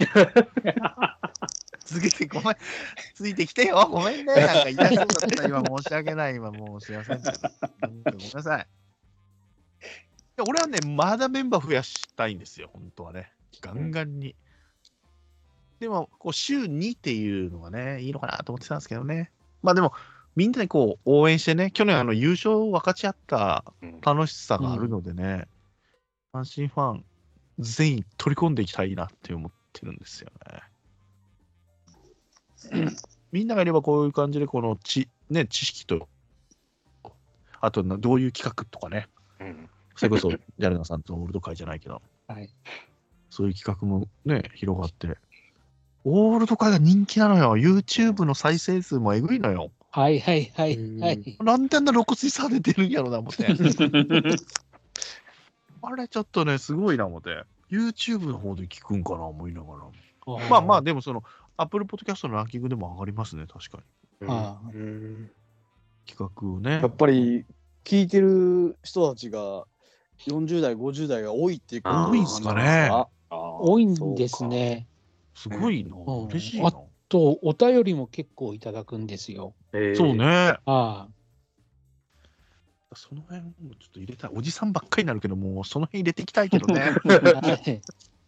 Speaker 1: 続けて、ごめん。ついてきてよ。ごめんね。なんか痛そうだった。今、申し訳ない。今、もうすいません。本当ごめんなさい。いや俺はね、まだメンバー増やしたいんですよ、本当はね。ガンガンに。でも、こう、週2っていうのがね、いいのかなと思ってたんですけどね。まあでも、みんなでこう、応援してね、去年、あの、優勝を分かち合った
Speaker 4: うん
Speaker 1: 楽しさがあるのでね、阪神ファン全員取り込んでいきたいなって思ってるんですよ ね。みんながいればこういう感じでこの知,、ね、知識とあとなどういう企画とかね
Speaker 4: うん。
Speaker 1: それこそジャルナさんとオールド会じゃないけど、
Speaker 6: はい
Speaker 1: そういう企画もね広がってオールド会が人気なのよ YouTube の再生数もえぐいのよ
Speaker 6: はい、はい、はい、はい。
Speaker 1: なんであんな露骨に差出てるんやろな思って。あれちょっとね、すごいな思って。YouTube の方で聞くんかな思いながら。まあまあ、でもその、Apple Podcast のランキングでも上がりますね、確かに。
Speaker 6: あ
Speaker 4: うん。
Speaker 1: 企画をね
Speaker 3: や。っぱり聞いてる人たちが40代、50代が多いっていうこと
Speaker 1: 多いんすかね
Speaker 3: なんですか
Speaker 6: 多いんですね。
Speaker 1: すごいな。
Speaker 6: ん
Speaker 1: 嬉しいな。
Speaker 6: あとお便りも結構いただくんですよ。
Speaker 4: えー
Speaker 1: そう。ね。
Speaker 6: あ
Speaker 1: その辺もちょっと入れたい。おじさんばっかりになるけど、もうその辺入れていきたいけど ね。お
Speaker 6: あ、はい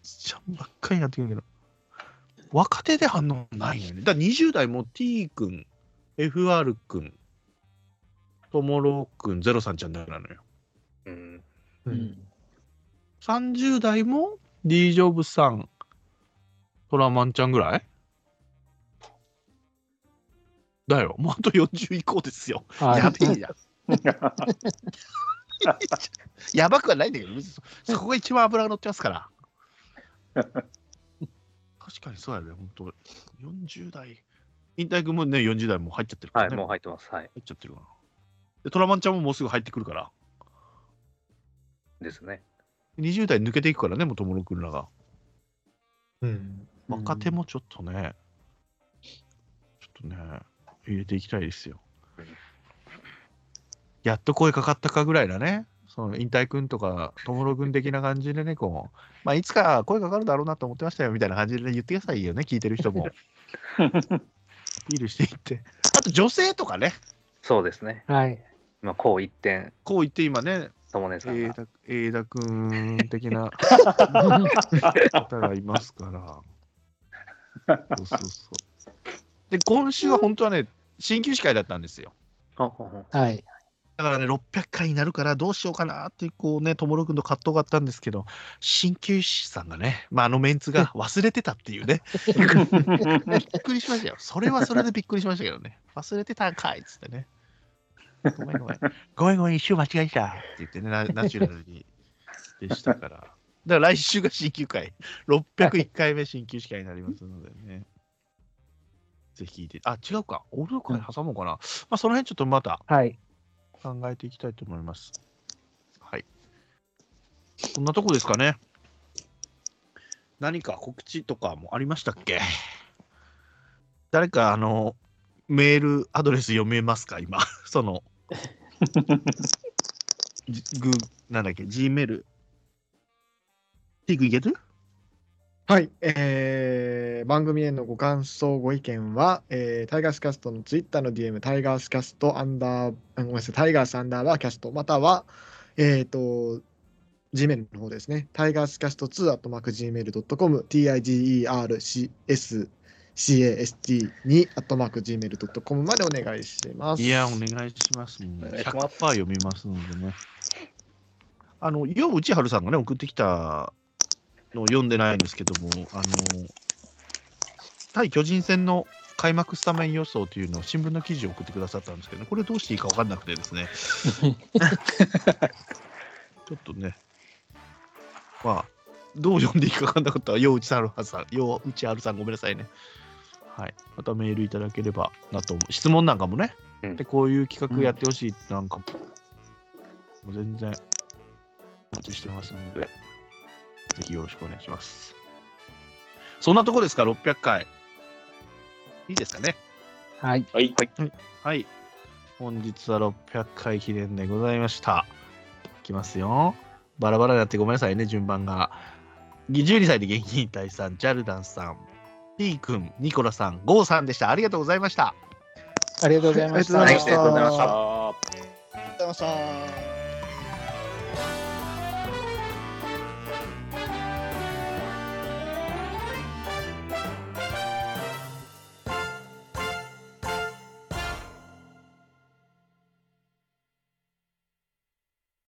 Speaker 1: じさんばっかりになってくるけど。若手で反応ないよね。だから20代も T 君、FR 君、ともろ君、ゼロさんちゃんだからのよ。
Speaker 4: うん。
Speaker 6: うん
Speaker 1: 30代も D ジョブさん、トラマンちゃんぐらいだよ。もうあと40以降ですよ。
Speaker 6: はい
Speaker 1: やべえじゃん。 やばくはないんだけど、別にそそこが一番脂が乗ってますから。確かにそうやね、本当40代。引退君もね、40代も入っちゃってるか
Speaker 4: は
Speaker 1: ら、ね。
Speaker 4: い、もう入ってます。はい。
Speaker 1: 入っちゃってるから。で、トラマンちゃんももうすぐ入ってくるから。
Speaker 4: ですね。
Speaker 1: 20代抜けていくからね、もう友野君らが。
Speaker 2: うん。
Speaker 1: 若手もちょっとね、ちょっとね、入れていきたいですよ。やっと声かかったかぐらいだね。その引退君とか、友野君的な感じでね、こう、まあ、いつか声かかるだろうなと思ってましたよみたいな感じで言ってくださいよね、聞いてる 人も。アピールしていって。あと女性とかね、
Speaker 4: そうですね。
Speaker 6: はい。
Speaker 4: 今、こう一点、
Speaker 1: こう言って今ね、
Speaker 4: ともねさん
Speaker 1: 永
Speaker 4: が。
Speaker 1: 田永田君的な方がいますから。そうそうそう。で、今週は本当はね、鍼灸師会だったんですよ。
Speaker 4: ほんほんほん
Speaker 6: はい。
Speaker 1: だからね、600回になるからどうしようかなっていう、こうね、ともろくんの葛藤があったんですけど、鍼灸師さんがね、まあ、あのメンツが忘れてたっていうね、びっくりしましたよ。それはそれでびっくりしましたけどね、忘れてたんかいっつってね。ごめんごめん、ごめんごめん、一周間違えたって言ってね、ナナチュラルにでしたから。だから来週が鍼灸会、601回目鍼灸師会になりますのでね。ぜひ聞いて、あ、違うか、オールド会挟もうかな。まあ、その辺ちょっとまた
Speaker 6: はい。
Speaker 1: 考えていきたいと思います。はい。そんなとこですかね。何か告知とかもありましたっけ誰か、あの、メールアドレス読めますか今、 その、じグなんだっけ、Gmail。ティークいける
Speaker 2: はい、えー番組へのご感想、ご意見は、えータイガースキャストのツイッターの DM、タイガースキャストアンダー、あごめんなさい、タイガースアンダーバーキャスト、または、えっ、と、Gmail の方ですね、タイガースキャスト2 at mark gmail.com、tigercscast2 at mark gmail.com までお願いします。
Speaker 1: いや、お願いします。もう
Speaker 4: 願いしま
Speaker 1: 100%読みますのでね。あの、よう内春さんがね、送ってきたのを読んでないんですけども、あの、対巨人戦の開幕スタメン予想というのを新聞の記事を送ってくださったんですけど、これどうしていいか分かんなくてですね。ちょっとね、まあ、どう読んでいいか分かんなかったら、よう内春さん、よう内春さん、ごめんなさいね。はい、またメールいただければなと思う。質問なんかもね、
Speaker 4: うん
Speaker 1: でこういう企画やってほしいってなんかも、もう全然お待ちしてますので、ぜひよろしくお願いします。そんなとこですか、600回。いいですかね。
Speaker 6: はい。
Speaker 5: はい。
Speaker 1: はい。本日は600回記念でございました。いきますよ。バラバラになってごめんなさいね、順番が。12歳で現役引退さん、ジャルダンさん、T 君、ニコラさん、ゴーさんでした。ありがとうございました。
Speaker 6: ありがとうございました。
Speaker 2: ありが
Speaker 5: ありがとうございました。
Speaker 2: ありがとうございました。